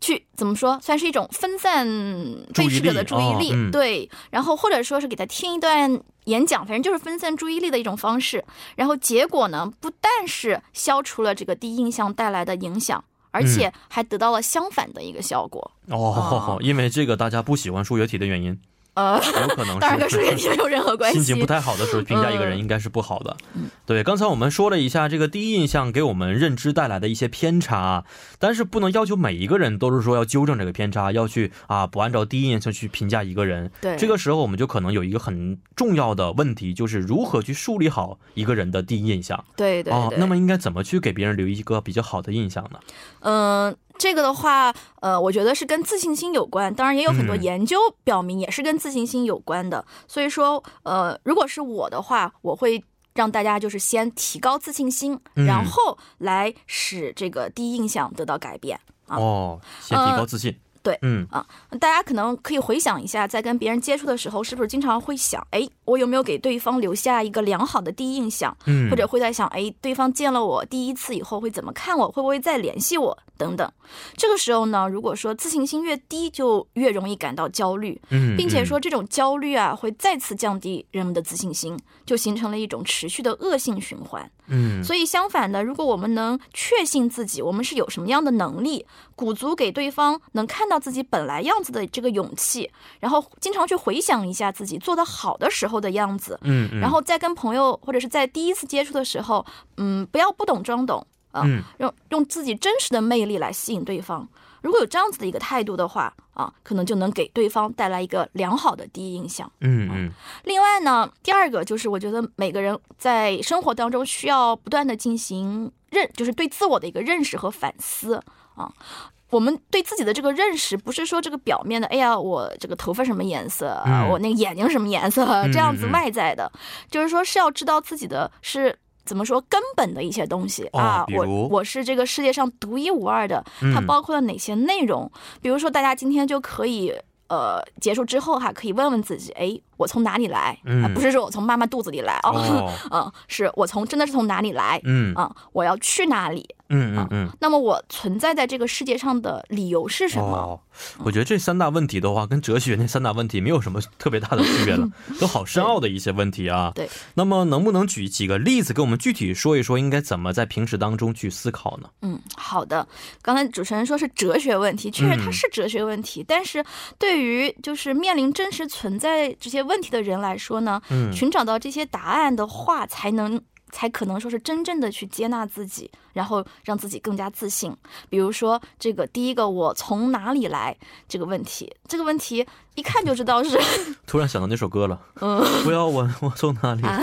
Speaker 4: 去怎么说，算是一种分散被试者的注
Speaker 1: 注意
Speaker 4: 意
Speaker 1: 力
Speaker 4: 力，
Speaker 1: 哦嗯
Speaker 4: 对，然后或者说是给他听一段演讲，反正就是分散注意力的一种方式。然后结果呢，不但是消除了这个第一印象带来的影响，
Speaker 1: 嗯
Speaker 4: 而且还得到了相反的一个效果。
Speaker 1: 哦
Speaker 4: 哦，
Speaker 1: 因为这个大家不喜欢数学题的原因，
Speaker 4: 呃，
Speaker 1: 有可能哦是。
Speaker 4: 当然跟数学题没有任何关系。嗯
Speaker 1: 心情不太好的时候，评价一个人应该是不好的。对，刚才我们说了一下这个第一印象给我们认知带来的一些偏差，但是不能要求每一个人都是说要纠正这个偏差，要去啊不按照第一印象去评价一个人。
Speaker 4: 对
Speaker 1: 这个时候我们就可能有一个很重要的问题，就是如何去树立好一个人的第一印象
Speaker 4: 对对对、
Speaker 1: 啊。那么应该怎么去给别人留一个比较好的印象呢？
Speaker 4: 嗯，这个的话，呃，我觉得是跟自信心有关，当然也有很多
Speaker 1: 嗯
Speaker 4: 研究表明也是跟自信心有关的。所以说，呃，如果是我的话，我会让大家就是先提高自信心，
Speaker 1: 嗯
Speaker 4: 然后来使这个第一印象得到改变。啊
Speaker 1: 哦，先提高自信。
Speaker 4: 对
Speaker 1: 嗯，
Speaker 4: 大家可能可以回想一下，在跟别人接触的时候，是不是经常会想，哎，我有没有给对方留下一个良好的第一印象？
Speaker 1: 嗯
Speaker 4: 或者会在想，哎，对方见了我第一次以后会怎么看我，会不会再联系我等等。这个时候呢，如果说自信心越低，就越容易感到焦虑，
Speaker 1: 嗯，
Speaker 4: 并且说
Speaker 1: 嗯
Speaker 4: 这种焦虑啊，会再次降低人们的自信心，就形成了一种持续的恶性循环。
Speaker 1: 嗯，
Speaker 4: 所以相反的，如果我们能确信自己我们是有什么样的能力，鼓足给对方能看到自己本来样子的这个勇气，然后经常去回想一下自己做得好的时候的样子，
Speaker 1: 嗯，嗯
Speaker 4: 然后在跟朋友或者是在第一次接触的时候，嗯，不要不懂装懂啊，
Speaker 1: 嗯
Speaker 4: 用用自己真实的魅力来吸引对方。如果有这样子的一个态度的话，啊，可能就能给对方带来一个良好的第一印象。
Speaker 1: 嗯嗯
Speaker 4: 另外呢，第二个就是我觉得每个人在生活当中需要不断的进行认，就是对自我的一个认识和反思啊。我们对自己的这个认识，不是说这个表面的，哎呀，我这个头发什么颜色啊，
Speaker 1: 嗯
Speaker 4: 我那个眼睛什么颜色啊，
Speaker 1: 嗯
Speaker 4: 这样子
Speaker 1: 嗯
Speaker 4: 外在的，就是说是要知道自己的是。怎么说根本的一些东西、
Speaker 1: 哦
Speaker 4: 啊，
Speaker 1: 比
Speaker 4: 我
Speaker 1: 如
Speaker 4: 我是这个世界上独一无二的，它
Speaker 1: 嗯
Speaker 4: 包括了哪些内容？比如说，大家今天就可以呃结束之后哈，可以问问自己，哎，我从哪里来？
Speaker 1: 嗯
Speaker 4: 啊，不是说我从妈妈肚子里来哦，
Speaker 1: 哦，
Speaker 4: 嗯，是我从真的是从哪里来？
Speaker 1: 嗯
Speaker 4: 啊、我要去哪里？
Speaker 1: 嗯嗯嗯。
Speaker 4: 那么我存在在这个世界上的理由啊是什么？
Speaker 1: 哦？我觉得这三大问题的话，跟哲学那三大问题没有什么特别大的区别 了，都好深奥的一些问题啊。
Speaker 4: 对，
Speaker 1: 那么能不能举几个例子，给我们具体说一说，应该怎么在平时当中去思考呢？
Speaker 4: 嗯，好的。刚才主持人说是哲学问题，确实它
Speaker 1: 嗯
Speaker 4: 是哲学问题，但是对于就是面临真实存在这些问题的人来说呢，
Speaker 1: 嗯
Speaker 4: 寻找到这些答案的话，才能才可能说是真正的去接纳自己，然后让自己更加自信。比如说这个第一个我从哪里来这个问题，这个问题一看就知 道是
Speaker 1: 突然想到那首歌了，
Speaker 4: 嗯
Speaker 1: 不要我我从哪里？
Speaker 4: 啊，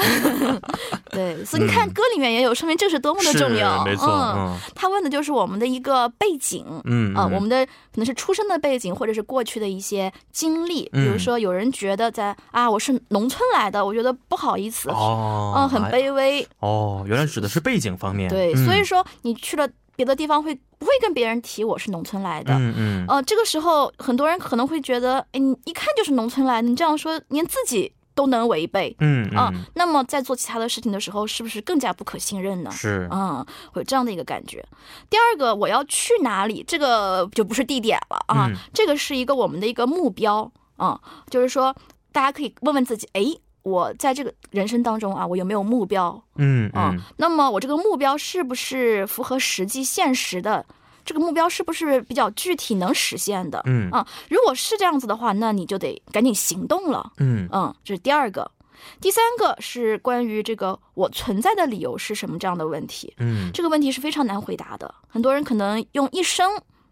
Speaker 4: 对，所以你看歌里面也有，说明这是多么的
Speaker 1: 嗯是
Speaker 4: 重要。
Speaker 1: 没错，
Speaker 4: 嗯，
Speaker 1: 嗯
Speaker 4: 他问的就是我们的一个背景。
Speaker 1: 嗯
Speaker 4: 啊、我们的可能是出生的背景，或者是过去的一些经历。比
Speaker 1: 嗯
Speaker 4: 如说，有人觉得在啊，我是农村来的，我觉得不好意思，
Speaker 1: 哦，
Speaker 4: 嗯，很
Speaker 1: 哎
Speaker 4: 卑微，
Speaker 1: 哦，原来指的是背景方面，
Speaker 4: 对，
Speaker 1: 嗯
Speaker 4: 所以说你去了别的地方会不会跟别人提我是农村来的？
Speaker 1: 嗯嗯
Speaker 4: 呃，这个时候很多人可能会觉得，哎，你一看就是农村来的，你这样说连自己都能违背
Speaker 1: 嗯
Speaker 4: 啊、
Speaker 1: 嗯，
Speaker 4: 那么在做其他的事情的时候，是不是更加不可信任呢？
Speaker 1: 是
Speaker 4: 嗯，会有这样的一个感觉。第二个，我要去哪里，这个就不是地点了啊，
Speaker 1: 嗯
Speaker 4: 这个是一个我们的一个目标啊、就是说大家可以问问自己，哎，我在这个人生当中啊，我有没有目标？
Speaker 1: 嗯
Speaker 4: 啊
Speaker 1: 嗯
Speaker 4: 那么我这个目标是不是符合实际现实的？这个目标是不是比较具体能实现的？
Speaker 1: 嗯
Speaker 4: 啊，如果是这样子的话，那你就得赶紧行动了。
Speaker 1: 嗯
Speaker 4: 嗯，这是第二个。第三个是关于这个我存在的理由是什么这样的问题，
Speaker 1: 嗯，
Speaker 4: 这个问题是非常难回答的，很多人可能用一生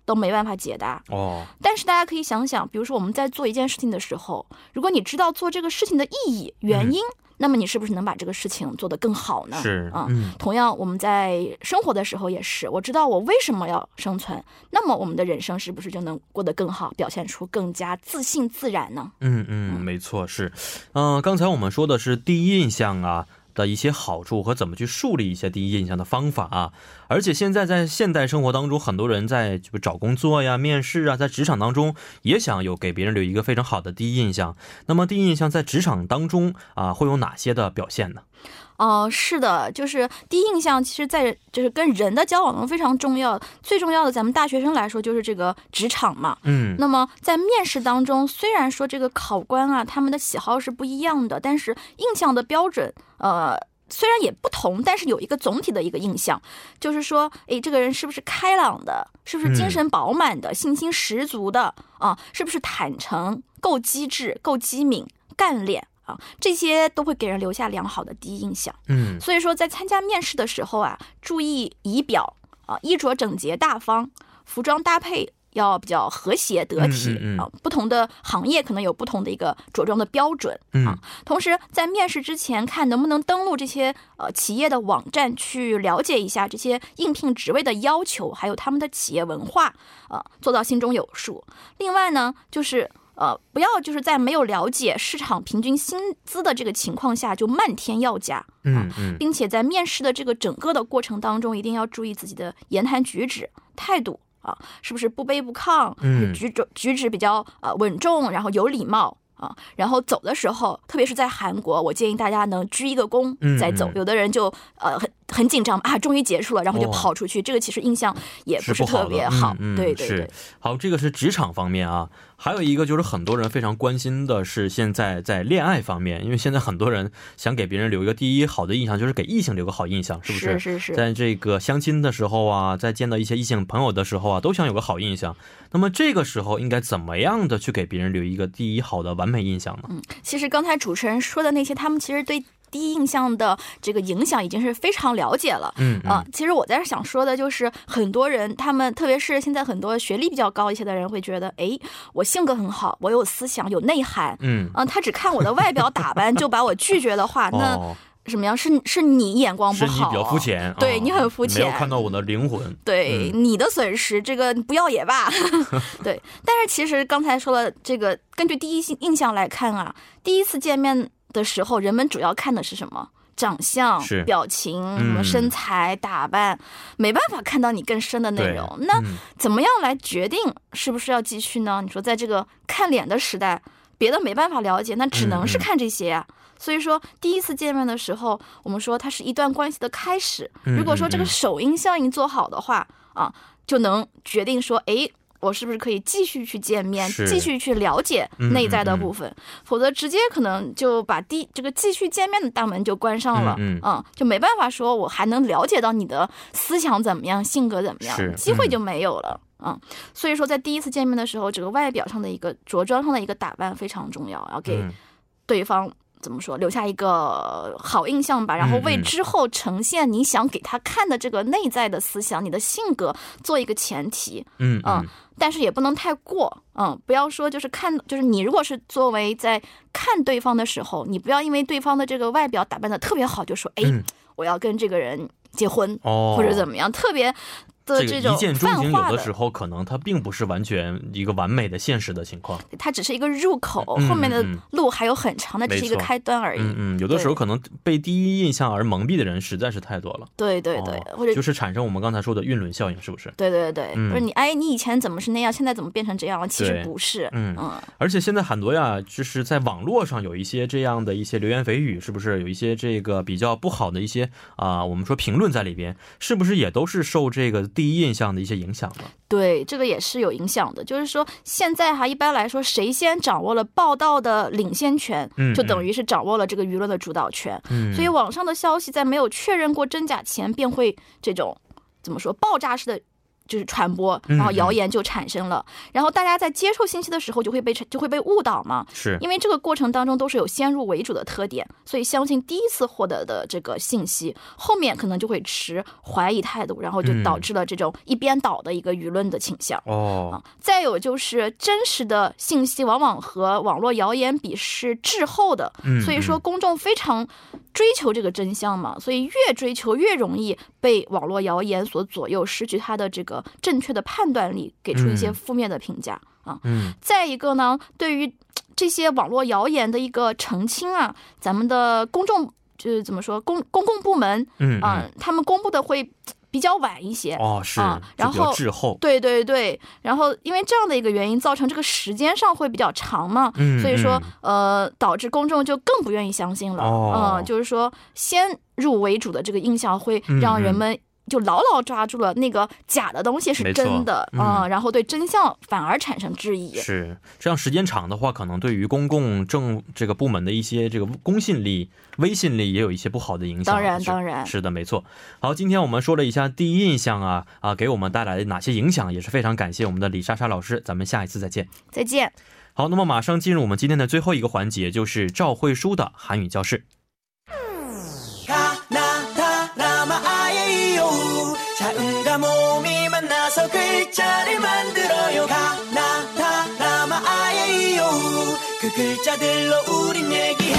Speaker 4: 都没办法解答。
Speaker 1: 哦，
Speaker 4: 但是大家可以想想，比如说我们在做一件事情的时候，如果你知道做这个事情的意义、原因，那么你是不是能把这个事情做得更好呢？
Speaker 1: 是
Speaker 4: 啊、
Speaker 1: 嗯
Speaker 4: 同样，我们在生活的时候也是，我知道我为什么要生存，那么我们的人生是不是就能过得更好，表现出更加自信自然呢？
Speaker 1: 嗯嗯，没错，是，嗯、刚才我们说的是第一印象啊的一些好处和怎么去树立一些第一印象的方法啊，而且现在在现代生活当中，很多人在就找工作呀、面试啊，在职场当中也想有给别人留一个非常好的第一印象。那么第一印象在职场当中啊，会有哪些的表现呢？
Speaker 4: 哦，是的，就是第一印象，其实在就是跟人的交往中非常重要。最重要的，咱们大学生来说就是这个职场嘛。
Speaker 1: 嗯
Speaker 4: 那么在面试当中，虽然说这个考官啊他们的喜好是不一样的，但是印象的标准，呃。虽然也不同，但是有一个总体的一个印象，就是说，诶，这个人是不是开朗的，是不是精神饱满的，信心十足的啊，是不是坦诚、够机智、够机敏、干练啊，这些都会给人留下良好的第一印象。
Speaker 1: 嗯
Speaker 4: 所以说，在参加面试的时候啊，注意仪表啊，衣着整洁大方，服装搭配要比较和谐得
Speaker 1: 嗯
Speaker 4: 体
Speaker 1: 嗯嗯
Speaker 4: 啊。不同的行业可能有不同的一个着装的标准。
Speaker 1: 嗯
Speaker 4: 同时，在面试之前，看能不能登录这些呃企业的网站，去了解一下这些应聘职位的要求，还有他们的企业文化，呃，做到心中有数。另外呢，就是呃，不要就是在没有了解市场平均薪资的这个情况下就漫天要价，
Speaker 1: 嗯嗯
Speaker 4: 并且在面试的这个整个的过程当中，一定要注意自己的言谈举止、态度啊，是不是不卑不亢，
Speaker 1: 嗯
Speaker 4: 举止举止比较呃稳重，然后有礼貌。啊，然后走的时候，特别是在韩国，我建议大家能鞠一个躬
Speaker 1: 嗯
Speaker 4: 再走。
Speaker 1: 嗯
Speaker 4: 有的人就呃很很紧张啊，终于结束了，然后就
Speaker 1: 哦
Speaker 4: 跑出去，这个其实印象也
Speaker 1: 是
Speaker 4: 是
Speaker 1: 不好的
Speaker 4: 特别
Speaker 1: 嗯
Speaker 4: 好。
Speaker 1: 嗯
Speaker 4: 对对
Speaker 1: 是
Speaker 4: 对，
Speaker 1: 好，这个是职场方面啊，还有一个就是很多人非常关心的是现在在恋爱方面，因为现在很多人想给别人留一个第一好的印象，就是给异性留个好印象，是不是？
Speaker 4: 是是是
Speaker 1: 在这个相亲的时候啊，在见到一些异性朋友的时候啊，都想有个好印象。那么这个时候应该怎么样的去给别人留一个第一好的完美印象呢？
Speaker 4: 其实刚才主持人说的那些，他们其实对第一印象的这个影响已经是非常了解了。
Speaker 1: 嗯
Speaker 4: 啊、其实我在这想说的就是，很多人他们，特别是现在很多学历比较高一些的人，会觉得，诶，我性格很好，我有思想，有内涵，
Speaker 1: 嗯，
Speaker 4: 嗯、他只看我的外表打扮就把我拒绝的话，啊 那
Speaker 1: 哦，
Speaker 4: 什么样？是是你眼光
Speaker 1: 是
Speaker 4: 不
Speaker 1: 你
Speaker 4: 好，
Speaker 1: 比较肤，浅，啊
Speaker 4: 对你很肤
Speaker 1: 没有
Speaker 4: 浅
Speaker 1: 看到我的灵魂。
Speaker 4: 对、
Speaker 1: 嗯
Speaker 4: 你的损失，这个不要 也罢。对，但是其实刚才说了，这个根据第一印印象来看啊，第一次见面的时候，人们主要看的是什么？长相
Speaker 1: 是、
Speaker 4: 表情、什么
Speaker 1: 嗯
Speaker 4: 身材、打扮，没办法看到你更深的内
Speaker 1: 对
Speaker 4: 容。那
Speaker 1: 嗯
Speaker 4: 怎么样来决定是不是要继续呢？你说，在这个看脸的时代，别的没办法了解，那只能是
Speaker 1: 嗯嗯
Speaker 4: 看这些呀、所以说，第一次见面的时候，我们说它是一段关系的开始。
Speaker 1: 嗯
Speaker 4: 如果说这
Speaker 1: 嗯
Speaker 4: 个
Speaker 1: 嗯
Speaker 4: 首因效应做好的话，啊，就能决定说，诶，我是不是可以继续去见面，
Speaker 1: 是
Speaker 4: 继续去了解
Speaker 1: 嗯
Speaker 4: 内在的
Speaker 1: 嗯嗯
Speaker 4: 部分，否则直接可能就把第这个继续见面的大门就关上了，啊
Speaker 1: 嗯
Speaker 4: 就没办法说我还能了解到你的思想怎么样，性格怎么
Speaker 1: 是
Speaker 4: 样，机会
Speaker 1: 嗯
Speaker 4: 就没有了。嗯所以说在第一次见面的时候，这个外表上的一个着装上的一个打扮非常重要，要给
Speaker 1: 嗯
Speaker 4: 对方怎么说留下一个好印象吧，然后为
Speaker 1: 嗯
Speaker 4: 之后呈现你想给他看的这个内在的思想、你的性格做一个前提，
Speaker 1: 嗯
Speaker 4: 啊
Speaker 1: 嗯
Speaker 4: 但是也不能太过，嗯，不要说就是看，就是你如果是作为在看对方的时候，你不要因为对方的这个外表打扮的特别好，就说哎、
Speaker 1: 嗯
Speaker 4: 我要跟这个人结婚、
Speaker 1: 哦，
Speaker 4: 或者怎么样，特别的
Speaker 1: 这个一
Speaker 4: 种
Speaker 1: 见钟
Speaker 4: 泛
Speaker 1: 情，有
Speaker 4: 化
Speaker 1: 的时候可能它并不是完全一个完美的现实的情况。
Speaker 4: 它只是一个入口，
Speaker 1: 嗯
Speaker 4: 后面的
Speaker 1: 嗯
Speaker 4: 路还有很长的，
Speaker 1: 没
Speaker 4: 只是一个
Speaker 1: 错
Speaker 4: 开端而已。
Speaker 1: 嗯嗯，有的时候
Speaker 4: 哎对
Speaker 1: 可能被第一印象而蒙蔽的人实在是太多了。
Speaker 4: 对对对，
Speaker 1: 哦
Speaker 4: 或者
Speaker 1: 就是产生我们刚才说的晕轮效应，是不是？
Speaker 4: 对对对，
Speaker 1: 嗯
Speaker 4: 不是你哎，你以前怎么是那样，现在怎么变成这样了？其实
Speaker 1: 对
Speaker 4: 不是，
Speaker 1: 嗯
Speaker 4: 嗯，
Speaker 1: 而且现在很多呀，就是在网络上有一些这样的一些流言蜚语，是不是有一些这个比较不好的一些啊、我们说评论在里边，是不是也都是受这个第一印象的一些影响了？
Speaker 4: 对，这个也是有影响的。就是说，现在哈，一般来说，谁先掌握了报道的领先权，
Speaker 1: 嗯
Speaker 4: 就等于是掌握了这个舆论的主导权。
Speaker 1: 嗯，
Speaker 4: 所以网上的消息在没有确认过真假前，便会这种怎么说爆炸式的。就是传播，
Speaker 1: 嗯
Speaker 4: 然后谣言就产生了，然后大家在接受信息的时候就会被就会被误导嘛，
Speaker 1: 是
Speaker 4: 因为这个过程当中都是有先入为主的特点，所以相信第一次获得的这个信息，后面可能就会持怀疑态度，然后就
Speaker 1: 嗯
Speaker 4: 导致了这种一边倒的一个舆论的倾向。啊
Speaker 1: 哦，
Speaker 4: 再有就是真实的信息往往和网络谣言比是滞后的，
Speaker 1: 嗯
Speaker 4: 所以说公众非常追求这个真相嘛，所以越追求越容易被网络谣言所左右，失去他的这个正确的判断力，给出一些
Speaker 1: 嗯
Speaker 4: 负面的评价啊。
Speaker 1: 嗯
Speaker 4: 再一个呢，对于这些网络谣言的一个澄清啊，咱们的公众就是怎么说公公共部门
Speaker 1: 嗯
Speaker 4: 啊、
Speaker 1: 嗯
Speaker 4: 他们公布的会比较晚一些，
Speaker 1: 哦是，
Speaker 4: 啊
Speaker 1: 就
Speaker 4: 然
Speaker 1: 比较
Speaker 4: 后
Speaker 1: 滞后，
Speaker 4: 对对对，然后因为这样的一个原因，造成这个时间上会比较长嘛，
Speaker 1: 嗯，
Speaker 4: 所以说
Speaker 1: 嗯
Speaker 4: 呃，导致公众就更不愿意相信了。
Speaker 1: 哦
Speaker 4: 嗯，就是说先入为主的这个印象会让人
Speaker 1: 嗯嗯
Speaker 4: 们就牢牢抓住了那个假的东西是
Speaker 1: 没错
Speaker 4: 真的，
Speaker 1: 嗯
Speaker 4: 然后对真相反而产生质疑。
Speaker 1: 是这样时间长的话，可能对于公共政这个部门的一些这个公信力、威信力也有一些不好的影响。
Speaker 4: 当然
Speaker 1: 是
Speaker 4: 当然
Speaker 1: 是的，没错。好，今天我们说了一下第一印象啊啊，给我们带来的哪些影响，也是非常感谢我们的李莎莎老师，咱们下一次再见。
Speaker 4: 再见。
Speaker 1: 好，那么马上进入我们今天的最后一个环节，就是赵慧舒的韩语教室。
Speaker 2: 하나 남아 아예 이요 자음과 몸이 만나서 글자를 만들어요 하나 다 남아 아예 이요 그 글자들로 우린 얘기해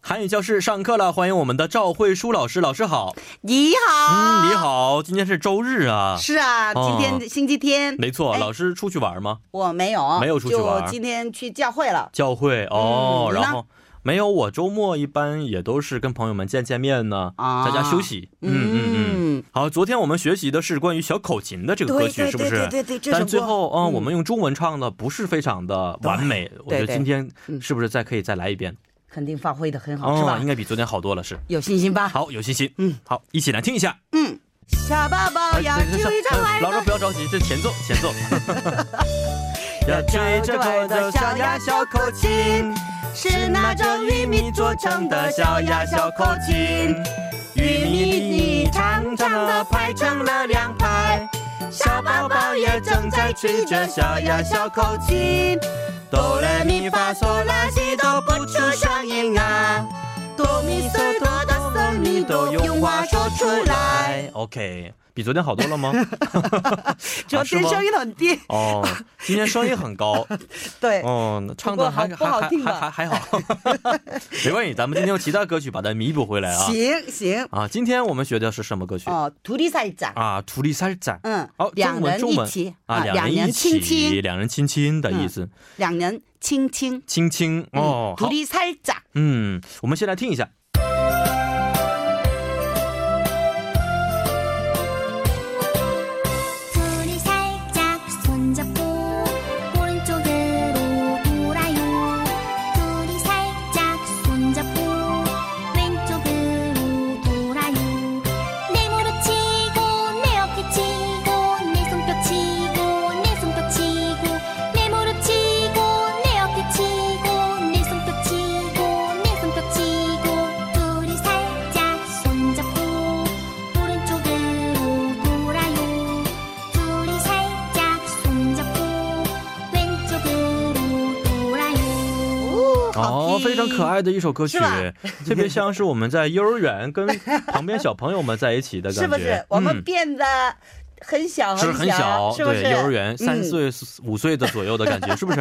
Speaker 1: 韩语教室上课了，欢迎我们的赵慧舒老师，老师好。
Speaker 5: 你好，
Speaker 1: 嗯，你。好，今天是周日啊。
Speaker 5: 啊是啊，
Speaker 1: 哦
Speaker 5: 今天星期天，
Speaker 1: 没错，
Speaker 5: 哎
Speaker 1: 老师出去玩吗？
Speaker 5: 我没有，
Speaker 1: 没有出去玩
Speaker 5: 就今天去教会了。
Speaker 1: 教会哦，
Speaker 5: 嗯你呢
Speaker 1: 然后没有，我周末一般也都是跟朋友们见见面呢，
Speaker 5: 啊
Speaker 1: 在家休息。嗯嗯嗯。
Speaker 5: 嗯，
Speaker 1: 好，昨天我们学习的是关于小口琴的这个歌
Speaker 5: 对
Speaker 1: 曲，
Speaker 5: 对
Speaker 1: 是不
Speaker 5: 对
Speaker 1: 是？
Speaker 5: 对对对，这首
Speaker 1: 但
Speaker 5: 歌
Speaker 1: 最后，嗯，
Speaker 5: 嗯
Speaker 1: 我们用中文唱的不是非常的完美，我觉得
Speaker 5: 对对
Speaker 1: 今天
Speaker 5: 嗯
Speaker 1: 是不是再可以再来一遍？
Speaker 5: 肯定发挥的很好，是
Speaker 1: 哦，
Speaker 5: 吧
Speaker 1: 应？该比昨天好多了，是。
Speaker 5: 有信心吧？，
Speaker 1: 好，有信心。
Speaker 5: 嗯，
Speaker 1: 好，一起来听一下。
Speaker 5: 小宝宝要
Speaker 1: 哎等一下
Speaker 5: 追着
Speaker 1: 哎
Speaker 5: 来
Speaker 1: 老师
Speaker 5: 的，
Speaker 1: 不要着急，这前奏，前 奏。 要追着快乐小呀小口琴。
Speaker 5: 是那种玉米做成的小呀小口
Speaker 1: 哎
Speaker 5: 琴，
Speaker 1: 玉
Speaker 5: 玉
Speaker 1: 米
Speaker 5: 米
Speaker 1: 粒
Speaker 5: 粒
Speaker 1: 长长
Speaker 5: 长长
Speaker 1: 的
Speaker 5: 的
Speaker 1: 排
Speaker 5: 排
Speaker 1: 成
Speaker 5: 成
Speaker 1: 了
Speaker 5: 了
Speaker 1: 两
Speaker 5: 两
Speaker 1: 排
Speaker 5: 排，
Speaker 1: 小
Speaker 5: 小
Speaker 1: 宝
Speaker 5: 宝
Speaker 1: 宝
Speaker 5: 宝
Speaker 1: 也
Speaker 5: 也
Speaker 1: 正
Speaker 5: 正
Speaker 1: 在
Speaker 5: 在
Speaker 1: 吹
Speaker 5: 吹
Speaker 1: 着
Speaker 5: 着
Speaker 1: 小呀
Speaker 5: 小呀
Speaker 1: 小
Speaker 5: 小
Speaker 1: 口
Speaker 5: 口
Speaker 1: 琴
Speaker 5: 琴，
Speaker 1: 哆来咪发嗦拉西哆不出声音啊，哆咪嗦哆哆嗦咪哆用话说出
Speaker 5: 哎
Speaker 1: 来。OK，比昨天好多了吗？ 啊
Speaker 5: 昨
Speaker 1: 是
Speaker 5: 天
Speaker 1: 吗
Speaker 5: 声音很低，
Speaker 1: 哦，今天声音很 高，
Speaker 5: 对，
Speaker 1: 哦，那唱
Speaker 5: 不过
Speaker 1: 的还
Speaker 5: 好不好
Speaker 1: 还
Speaker 5: 听
Speaker 1: 还还
Speaker 5: 吧
Speaker 1: 还还好， 没关系，咱们今天用其他歌曲把它弥补回来啊。
Speaker 5: 行行，
Speaker 1: 啊，今天我们学的是什么歌曲？
Speaker 5: 哦，徒弟赛展，
Speaker 1: 啊，土力三展。
Speaker 5: 嗯
Speaker 1: 哦，，
Speaker 5: 两
Speaker 1: 中文
Speaker 5: 人
Speaker 1: 中
Speaker 5: 一
Speaker 1: 文
Speaker 5: 起
Speaker 1: 啊，
Speaker 5: 两
Speaker 1: 人
Speaker 5: 人
Speaker 1: 一起，
Speaker 5: 亲亲，嗯
Speaker 1: 两人亲亲的意思，
Speaker 5: 两人嗯亲亲。
Speaker 1: 亲亲哦，
Speaker 5: 둘
Speaker 1: 好，
Speaker 5: 이 살짝
Speaker 1: 嗯，我们先来听一下。
Speaker 6: 둘이 살짝 손잡고 오른쪽으로 돌아요 둘이 살짝 손잡고 왼쪽으로 돌아요 내 무릎 치고 내 어깨 치고 내 손뼉 치고 내 손뼉 치고 내 무릎 치고 내 어깨 치고 내 손뼉 치고 내 손뼉 치고 둘이 살짝 손잡고 오른쪽으로 돌아요 둘이 살짝 손잡고 왼쪽으로 돌아요
Speaker 1: 哦，非常可爱的一首歌曲
Speaker 5: 是吧，
Speaker 1: 特别像是我们在幼儿园跟旁边小朋友们在一起的感觉，
Speaker 5: 是不是？我们
Speaker 1: 嗯
Speaker 5: 变得很小
Speaker 1: 是
Speaker 5: 很
Speaker 1: 很小，
Speaker 5: 是不是？
Speaker 1: 对，幼儿园三
Speaker 5: 嗯
Speaker 1: 岁、四五岁的左右的感觉，是 不是？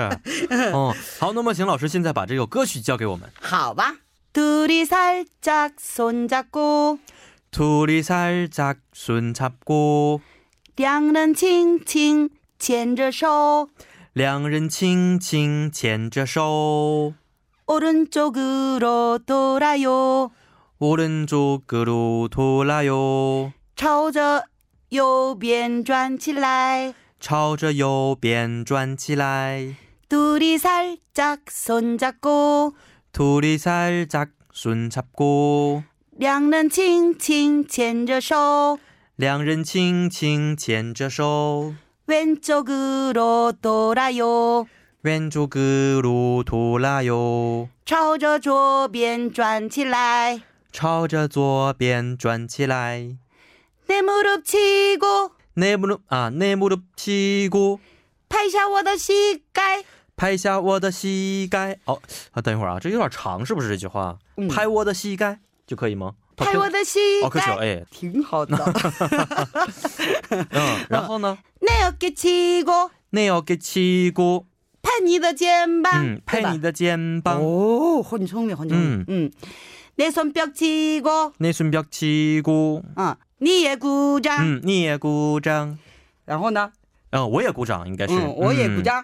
Speaker 1: 哦，好，那么请老师现在把这首歌曲教给我们。
Speaker 5: 好吧。둘이살짝손잡고
Speaker 1: 둘이 살짝 손 잡고
Speaker 5: 양는칭칭牵着手
Speaker 1: 两人 칭칭 牵着手
Speaker 5: 오른쪽으로 돌아요
Speaker 1: 오른쪽으로 돌아요.
Speaker 5: 朝着右边转起来
Speaker 1: 朝着右边转起来.
Speaker 5: 둘이살짝손잡고
Speaker 1: 둘이 살짝 손 잡고
Speaker 5: 两人轻轻牵着手，
Speaker 1: 两人轻轻牵着手
Speaker 5: 왼쪽으로 돌아요.
Speaker 1: 왼쪽으로 돌아요.
Speaker 5: 朝着左边转起来，
Speaker 1: 朝着左边转起来.
Speaker 5: 내 무릎 치고
Speaker 1: 내 무릎 아내 무릎 치고
Speaker 5: 拍下我的膝盖，
Speaker 1: 拍下我的膝盖。哦啊，等一会儿啊，这有点长，是不是这句话？
Speaker 5: 嗯
Speaker 1: 拍我的膝盖就可以吗？
Speaker 5: 拍我的膝
Speaker 1: 哦，可以
Speaker 5: 盖，
Speaker 1: 哎，
Speaker 5: 挺好的。
Speaker 1: 嗯，然后呢？
Speaker 5: 내 어깨 치고
Speaker 1: 내어깨 치고，
Speaker 5: 拍你的肩膀，
Speaker 1: 嗯，拍你的
Speaker 5: 的
Speaker 1: 肩
Speaker 5: 哦
Speaker 1: 膀。
Speaker 5: 오, 혼종이 혼종.
Speaker 1: 음.
Speaker 5: 음. 음. 내 손뼉 치고,
Speaker 1: 내손뼉 치고，
Speaker 5: 어, 니의 구장.
Speaker 1: 嗯，你也鼓掌，
Speaker 5: 然后呢,
Speaker 1: 嗯，我也鼓掌，应该是。
Speaker 5: 응, 嗯我也
Speaker 1: 음
Speaker 5: 鼓掌.哦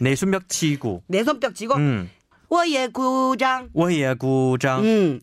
Speaker 1: 내손뼉 치고，
Speaker 5: 내 손뼉 치고,
Speaker 1: 嗯，
Speaker 5: 我也 구장.
Speaker 1: 我也鼓掌。
Speaker 5: 음.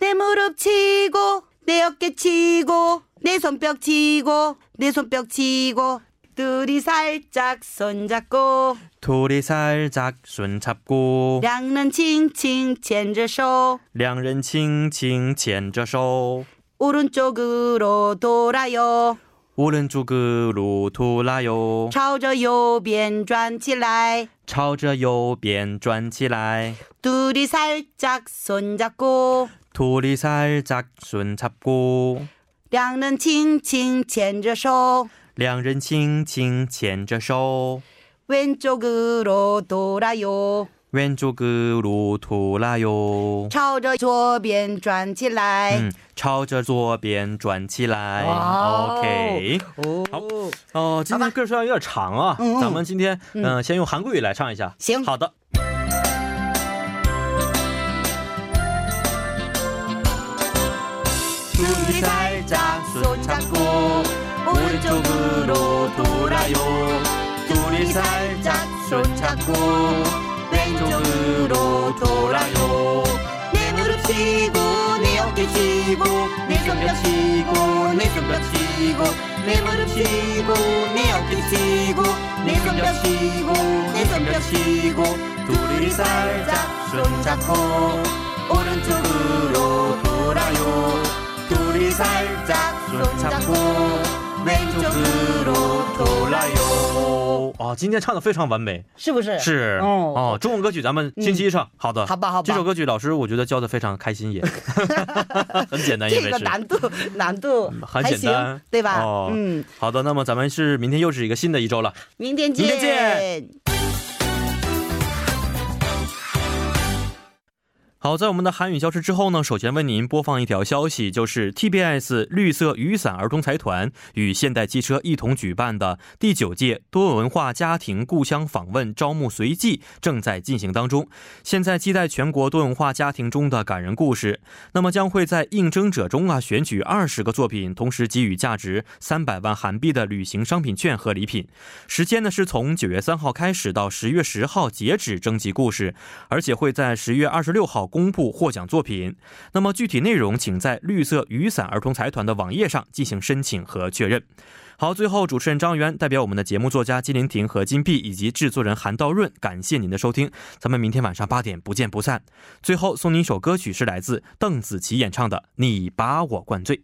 Speaker 5: 내 무릎 치고, 내 어깨 치고, 내 손뼉 치고, 내 손뼉 치고, 둘이 살짝 손잡고,
Speaker 1: 둘이 살짝 손 잡고，
Speaker 5: 양는 칭칭 챈저쇼.
Speaker 1: 两人轻轻牵着手。
Speaker 5: 오른쪽으로 돌아요.
Speaker 1: 오른쪽으로 돌아요.
Speaker 5: 朝着右边转起来，
Speaker 1: 朝着右边转起来.
Speaker 5: 둘이 살짝 손잡고,
Speaker 1: 둘이 살짝 손 잡고
Speaker 5: 两人 칭칭 챈저쇼.
Speaker 1: 两人轻轻牵着手.
Speaker 5: 왼쪽으로 돌아요.
Speaker 1: 어? 왼쪽으로 돌아요.
Speaker 5: 朝着左边转起来.
Speaker 1: 嗯，朝着左边转起来。
Speaker 5: 哇哦
Speaker 1: OK，
Speaker 5: 오.
Speaker 1: 哦，今天歌虽然有点长啊，
Speaker 5: 嗯嗯
Speaker 1: 咱们今天嗯、呃先用韩国语来唱一下。
Speaker 5: 行
Speaker 1: 好的。둘이살짝손잡고
Speaker 5: 오른쪽으로 돌아요.
Speaker 1: 둘이
Speaker 5: 살짝 손잡고 왼쪽으로 돌아요. 내 무릎 치고 내 어깨 치고 내 손뼉 치고 내 손뼉 치고 내 무릎 치고 내 어깨 치고 내 손뼉 치고 내 손뼉 치고 둘이 살짝 손잡고 오른쪽으로 돌아요 둘이 살짝 손잡고 왼쪽으로 돌아요
Speaker 1: 哦，今天唱的非常完美，
Speaker 5: 是不是？
Speaker 1: 是
Speaker 5: 哦嗯
Speaker 1: 哦，中文歌曲咱们星期一唱，好的，
Speaker 5: 好吧好吧
Speaker 1: 这首歌曲老师我觉得教的非常开心，也 很简单，因
Speaker 5: 这
Speaker 1: 为
Speaker 5: 个
Speaker 1: 是。
Speaker 5: 难度难度
Speaker 1: 很
Speaker 5: 还
Speaker 1: 简
Speaker 5: 行
Speaker 1: 单，，
Speaker 5: 对吧？
Speaker 1: 哦，
Speaker 5: 嗯，，
Speaker 1: 好的，那么咱们是明天又是一个新的一周了。
Speaker 5: 明天
Speaker 1: 明天
Speaker 5: 见，
Speaker 1: 见。好，在我们的韩语消失之后呢，首先为您播放一条消息，就是 TBS 绿色雨伞儿童财团与现代汽车一同举办的第九届多文化家庭故乡访问招募随即正在进行当中。现在期待全国多文化家庭中的感人故事，那么将会在应征者中啊选取二十个作品，同时给予价值三百万韩币的旅行商品券和礼品。时间呢是从九月三号开始到十月十号截止征集故事，而且会在十月二十六号公布获奖作品。那么具体内容请在绿色雨伞儿童财团的网页上进行申请和确认。好，最后主持人张源代表我们的节目作家金玲婷和金碧以及制作人韩道润，感谢您的收听，咱们明天晚上八点不见不散。最后送您一首歌曲，是来自邓紫棋演唱的《你把我灌醉》。